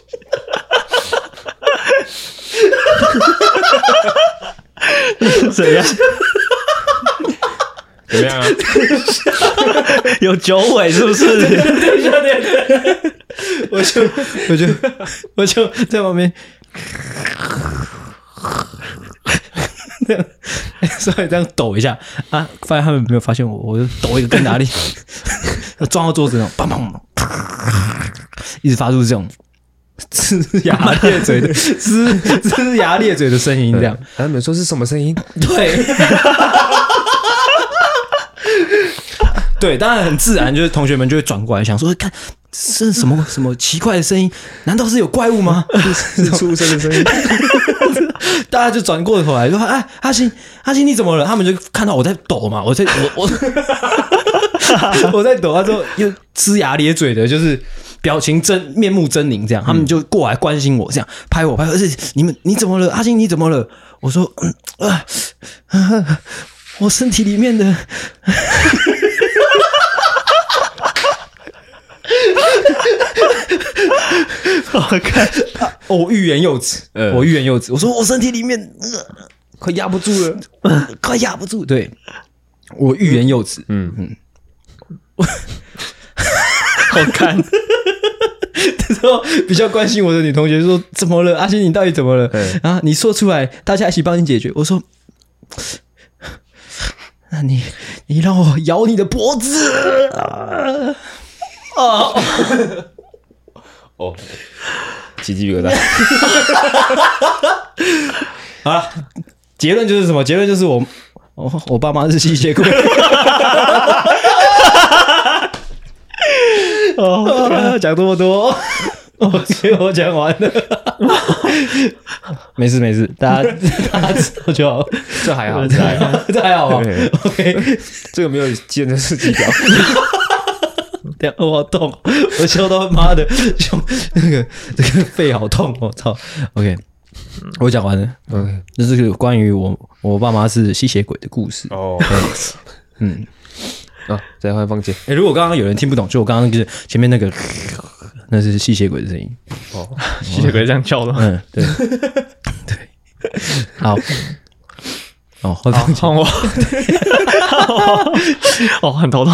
[SPEAKER 3] 怎样？
[SPEAKER 2] 怎么样啊？
[SPEAKER 3] 有九尾是不是？
[SPEAKER 1] 我就我就我就在旁边。 这样，稍微这样抖一下啊，发现他们没有发现我，我就抖一个更大力， 撞到桌子那种，砰砰，一直发出这种呲牙咧嘴的呲呲牙咧嘴的声音，这样
[SPEAKER 2] 他啊们说是什么声音？
[SPEAKER 1] 对， 对，当然很自然，就是同学们就会转过来想说，哎看这是什么什么奇怪的声音？难道是有怪物吗？
[SPEAKER 2] 是出生的声音。
[SPEAKER 1] 大家就转过头来说：“哎，阿星，阿星，你怎么了？”他们就看到我在抖嘛，我在我我我在抖，他说又呲牙咧嘴的，就是表情狰面目狰狞这样，他们就过来关心我，这样拍我拍我，而且你们你怎么了？阿星你怎么了？我说嗯啊、啊我身体里面呃的。
[SPEAKER 3] 我看
[SPEAKER 1] 哦，我欲言又止，呃
[SPEAKER 2] 嗯
[SPEAKER 1] 我欲言又止。我说我身体里面、呃快压不住了，呃快压不住。对，我欲言又止。
[SPEAKER 2] 嗯嗯，
[SPEAKER 3] 好看，
[SPEAKER 1] 之后比较关心我的女同学说：“怎么了，阿星？你到底怎么了
[SPEAKER 2] 嗯？
[SPEAKER 1] 然后你说出来，大家一起帮你解决。”我说：“那你你让我咬你的脖子。啊
[SPEAKER 2] 哦，起鸡皮疙瘩。”
[SPEAKER 1] 好了，结论就是什么？结论就是我我我爸妈是吸血鬼。 哦，讲这么多，我觉得我讲完了。 没事没事，大家大家知道就好，
[SPEAKER 2] 这还 好，这
[SPEAKER 1] 这
[SPEAKER 2] 还
[SPEAKER 1] 还
[SPEAKER 2] 好，
[SPEAKER 1] 好，这还好吧
[SPEAKER 2] 对
[SPEAKER 1] ？OK，
[SPEAKER 2] 这个没有见的是 几条。
[SPEAKER 1] 等一下我好痛，我笑到妈的胸那个这个肺好痛，我操！OK，我讲完了，
[SPEAKER 2] 嗯，
[SPEAKER 1] 这是个关于我我爸妈是吸血鬼的故事。
[SPEAKER 2] 哦，
[SPEAKER 1] 嗯，
[SPEAKER 2] 啊，再换放姐。
[SPEAKER 1] 哎、如果刚刚有人听不懂，就我刚刚就是前面那个，那是吸血鬼的声音。
[SPEAKER 2] 哦，
[SPEAKER 3] 吸血鬼这样叫 的吗？
[SPEAKER 1] 嗯，对，对，好，哦，会
[SPEAKER 3] 好
[SPEAKER 1] 放
[SPEAKER 3] 换我，哦，很头痛，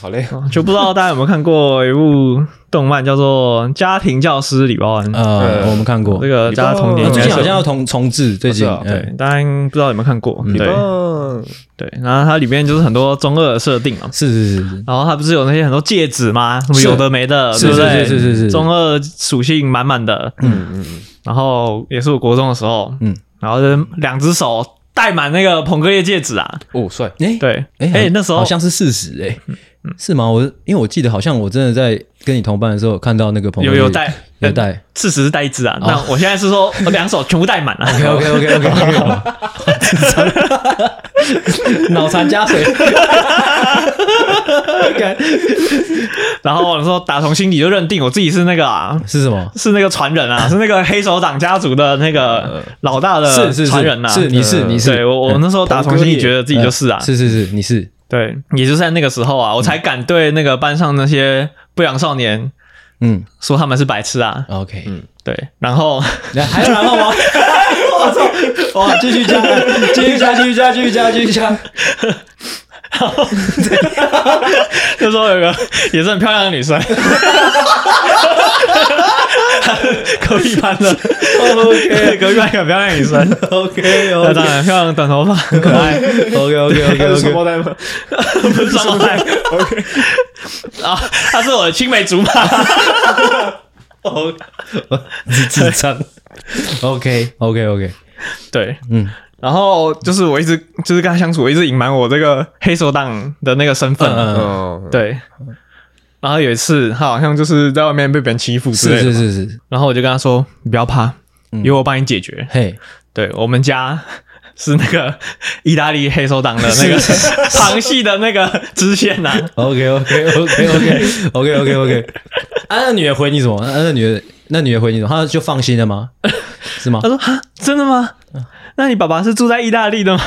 [SPEAKER 2] 好嘞。
[SPEAKER 3] 就不知道大家有没有看过一部动漫叫做《家庭教师李包恩》，
[SPEAKER 1] 呃，我们看过
[SPEAKER 3] 这，个大家童
[SPEAKER 1] 呃
[SPEAKER 3] 年
[SPEAKER 1] 最近好
[SPEAKER 3] 应该是
[SPEAKER 1] 像要重重置，最近嗯
[SPEAKER 2] 哦是啊
[SPEAKER 1] 对
[SPEAKER 3] 对，大家不知道有没有看过？
[SPEAKER 2] 你
[SPEAKER 3] 对
[SPEAKER 2] 棒，
[SPEAKER 3] 对，然后它里面就是很多中二的设定嘛，
[SPEAKER 1] 是是是是，
[SPEAKER 3] 然后它不是有那些很多戒指吗？什么
[SPEAKER 1] 是
[SPEAKER 3] 有的没的，
[SPEAKER 1] 是
[SPEAKER 3] 对不对？
[SPEAKER 1] 是是是是是
[SPEAKER 3] 中二属性满满的。
[SPEAKER 2] 嗯嗯嗯，
[SPEAKER 3] 然后也是我国中的时候，
[SPEAKER 1] 嗯
[SPEAKER 3] 嗯，然后就是两只手戴满那个捧哥叶戒指啊，
[SPEAKER 2] 哦，帅。
[SPEAKER 1] 哎、
[SPEAKER 3] 对，
[SPEAKER 1] 哎、
[SPEAKER 3] 哎、
[SPEAKER 1] 好
[SPEAKER 3] 那时候嗯
[SPEAKER 1] 好像是事实哎、是吗？我因为我记得好像我真的在跟你同班的时候有看到那个朋友
[SPEAKER 3] 有呃有戴
[SPEAKER 1] 有 戴
[SPEAKER 3] 事实是戴一只啊，
[SPEAKER 1] 哦哎
[SPEAKER 3] 那我现在是说我两手全部 戴满了、啊
[SPEAKER 1] ，OK OK OK OK OK，脑残加 水，
[SPEAKER 3] 然后我说打从心底就认定我自己是那个啊。
[SPEAKER 1] 是什么？
[SPEAKER 3] 是那个传人 啊，是那个黑手党家族的那个老大的
[SPEAKER 1] 是是
[SPEAKER 3] 传人
[SPEAKER 1] 是，
[SPEAKER 3] 啊。
[SPEAKER 1] 是你是
[SPEAKER 2] 嗯
[SPEAKER 1] 你
[SPEAKER 3] 对
[SPEAKER 1] 是，
[SPEAKER 3] 我我那时候打从
[SPEAKER 1] 嗯
[SPEAKER 3] 心里觉得自己就是啊，
[SPEAKER 1] 是是是，你是
[SPEAKER 3] 对，也就是在那个时候啊，我才敢对那个班上那些不良少年
[SPEAKER 1] 嗯
[SPEAKER 3] 说他们是白痴啊。
[SPEAKER 1] ，OK，
[SPEAKER 2] 嗯
[SPEAKER 3] 对，然后
[SPEAKER 1] 来还有然后吗？我操！哇，继续加，继续加，继续加，继续加，继续加。
[SPEAKER 3] 那时候有个 也是很漂亮的女生， 隔壁班的，OK，隔壁班有个漂亮的女生，
[SPEAKER 1] OK
[SPEAKER 3] 她长得很漂亮，短头发，很可 爱，
[SPEAKER 1] OK OK
[SPEAKER 2] 还
[SPEAKER 1] OK
[SPEAKER 2] 有
[SPEAKER 1] OK，
[SPEAKER 2] 双胞胎吗？
[SPEAKER 3] 不是双胞胎，OK，啊， 她是我的青梅竹马，哦
[SPEAKER 1] 智障。OK OK OK，
[SPEAKER 3] 对，
[SPEAKER 1] 嗯，
[SPEAKER 3] 然后就是我一直就是跟他相处，我一直隐瞒我这个黑手党的那个身份，
[SPEAKER 1] 嗯嗯
[SPEAKER 2] 哦，
[SPEAKER 3] 对。然后有一次，他好像就是在外面被别人欺负之类
[SPEAKER 1] 是
[SPEAKER 3] 的，
[SPEAKER 1] 是嗯是是，
[SPEAKER 3] 然后我就跟他说：“你不要怕，由我帮你解决。
[SPEAKER 1] 嘿，
[SPEAKER 3] 对我们家 是那个 意大利黑手党的那个 旁系的那个支线呐、
[SPEAKER 1] OK OK OK OK OK OK OK。啊，那女的回你什么？啊，那女的那女的回你什么？她就放心了吗？是吗
[SPEAKER 3] 他？说：“哈，真的吗？
[SPEAKER 1] 嗯
[SPEAKER 3] 那你爸爸是住在意大利的吗？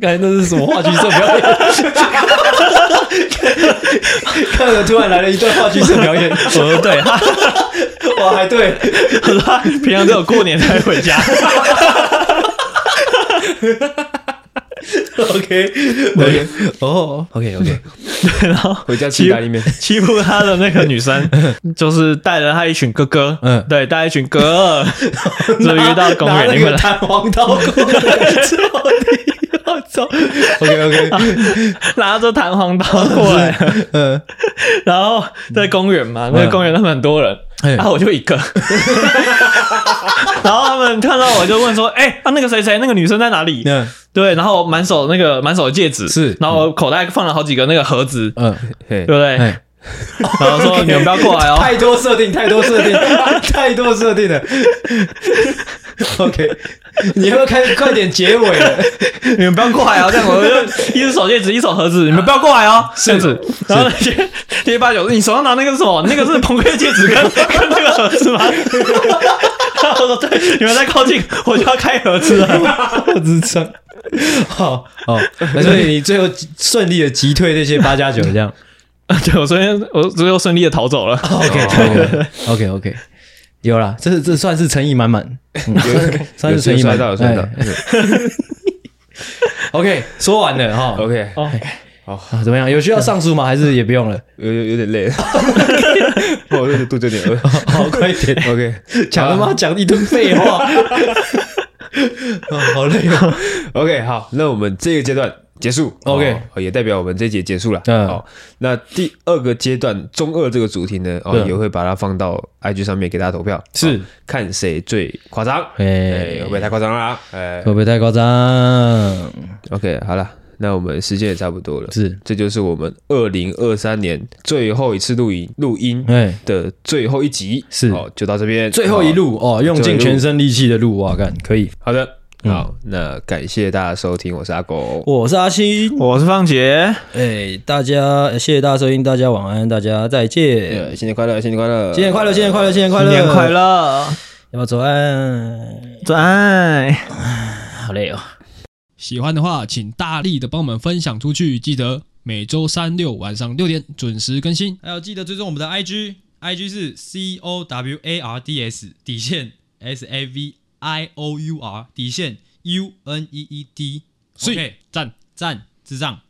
[SPEAKER 1] 刚才那是什么话剧社 表演？看着突然来了一段话剧社表演，我说哦对，哇，还对，
[SPEAKER 3] 他说 他平常只有过年才回家。
[SPEAKER 1] OK OK 哦 OK OK
[SPEAKER 3] 然后
[SPEAKER 2] 回家吃意大利 面，
[SPEAKER 3] 欺负他的那个 女生，就是带了他一群哥哥，
[SPEAKER 1] 嗯
[SPEAKER 3] 对，带一群哥 儿，就约到公
[SPEAKER 1] 拿
[SPEAKER 3] 园
[SPEAKER 1] 那
[SPEAKER 3] 里面
[SPEAKER 1] 个
[SPEAKER 3] 来。
[SPEAKER 1] 弹簧刀过 来，之后你要走 OK OK
[SPEAKER 3] 拿着弹簧刀过 来，
[SPEAKER 1] 嗯
[SPEAKER 3] 然后在公园嘛，那个公园他们很多人，
[SPEAKER 1] 嗯
[SPEAKER 3] 然后我就一个， 然后他们看到我就问说：“哎、啊那个谁谁那个女生在哪里？”
[SPEAKER 1] 嗯
[SPEAKER 3] 对，然后我满手那个满手的戒指
[SPEAKER 1] 是
[SPEAKER 3] 然后我口袋放了好几个那个盒子，
[SPEAKER 1] 嗯，
[SPEAKER 2] 嘿
[SPEAKER 3] 对，不对？
[SPEAKER 1] 哎
[SPEAKER 3] 然后说
[SPEAKER 1] OK
[SPEAKER 3] 你们不要过来哦，
[SPEAKER 1] 太多设定，太多设定， 太多设定了。OK，你要不要开快点结尾了？
[SPEAKER 3] 你们不要过来哦，这样我就一只手戒指，一手盒子，你们不要过来哦，这样子。然后那些那些八九，你手上拿那个是什么？ 那个是彭贵戒指跟跟那个盒子吗？然后我说对，你们再靠近，我就要开盒子 了。
[SPEAKER 1] 我智障。好哦，那所以你最后顺利的击退那些八加九，这样。
[SPEAKER 3] 对，我昨天我最后顺利的逃走了。
[SPEAKER 1] OK OK OK，有啦，这是这算是诚意满满，嗯算是算是诚
[SPEAKER 2] 有
[SPEAKER 1] 意
[SPEAKER 2] 摔
[SPEAKER 1] 满
[SPEAKER 2] 到，
[SPEAKER 1] 满
[SPEAKER 2] 有。摔到
[SPEAKER 1] 哎。OK，说完了哈。
[SPEAKER 2] OK，
[SPEAKER 3] 哦，
[SPEAKER 1] 啊怎么样？有需要上书吗？还是也不 用了？
[SPEAKER 2] 有有有点 累了，我有点肚子有点饿。
[SPEAKER 1] 好，哦快点。
[SPEAKER 2] OK，
[SPEAKER 1] 讲他妈讲一顿废话，好累 哦。
[SPEAKER 2] OK，好，那我们这个阶段结束
[SPEAKER 1] OK
[SPEAKER 2] 哦也代表我们这节结束了。
[SPEAKER 1] 嗯
[SPEAKER 2] 好，那第二个阶段中二这个主题呢，哦，
[SPEAKER 1] 对
[SPEAKER 2] 也会把它放到 IG 上面给大家投票，
[SPEAKER 1] 嗯是
[SPEAKER 2] 哦看谁最夸张，
[SPEAKER 1] 哎
[SPEAKER 2] 哎，会不会太夸张啦？哎
[SPEAKER 1] 会不会太夸张？
[SPEAKER 2] ，OK，好了，那我们时间也差不多了，
[SPEAKER 1] 是，
[SPEAKER 2] 这就是我们二零二三年最后一次录音录音
[SPEAKER 1] 哎，
[SPEAKER 2] 的最后一集，
[SPEAKER 1] 是
[SPEAKER 2] 哦，就到这边，
[SPEAKER 1] 最后一
[SPEAKER 2] 哦
[SPEAKER 1] 路哦，用尽全身力气的路啊，干可以。
[SPEAKER 2] 好的，
[SPEAKER 1] 嗯
[SPEAKER 2] 好，那感谢大家收听，我是阿狗，
[SPEAKER 1] 我是阿星，
[SPEAKER 3] 我是方杰，
[SPEAKER 1] 哎，大家谢谢大家收听，大家晚安，大家再见，
[SPEAKER 2] 呃新年快乐，新年快乐，
[SPEAKER 1] 新年快乐，新年快乐，新年快
[SPEAKER 3] 新
[SPEAKER 1] 乐，
[SPEAKER 3] 年快， 乐，
[SPEAKER 1] 要不要走安？
[SPEAKER 3] 早安。
[SPEAKER 1] 好累哦。
[SPEAKER 4] 喜欢的话，请大力的帮我们分享出去。记得每周三六晚上六点准时更新。
[SPEAKER 5] 还有记得追踪我们的 IG，IG 是 C O W A R D S 底线 S A V I O U R 底线 U N E E D，
[SPEAKER 4] 所以
[SPEAKER 5] OK，
[SPEAKER 4] 赞。
[SPEAKER 5] 赞智障。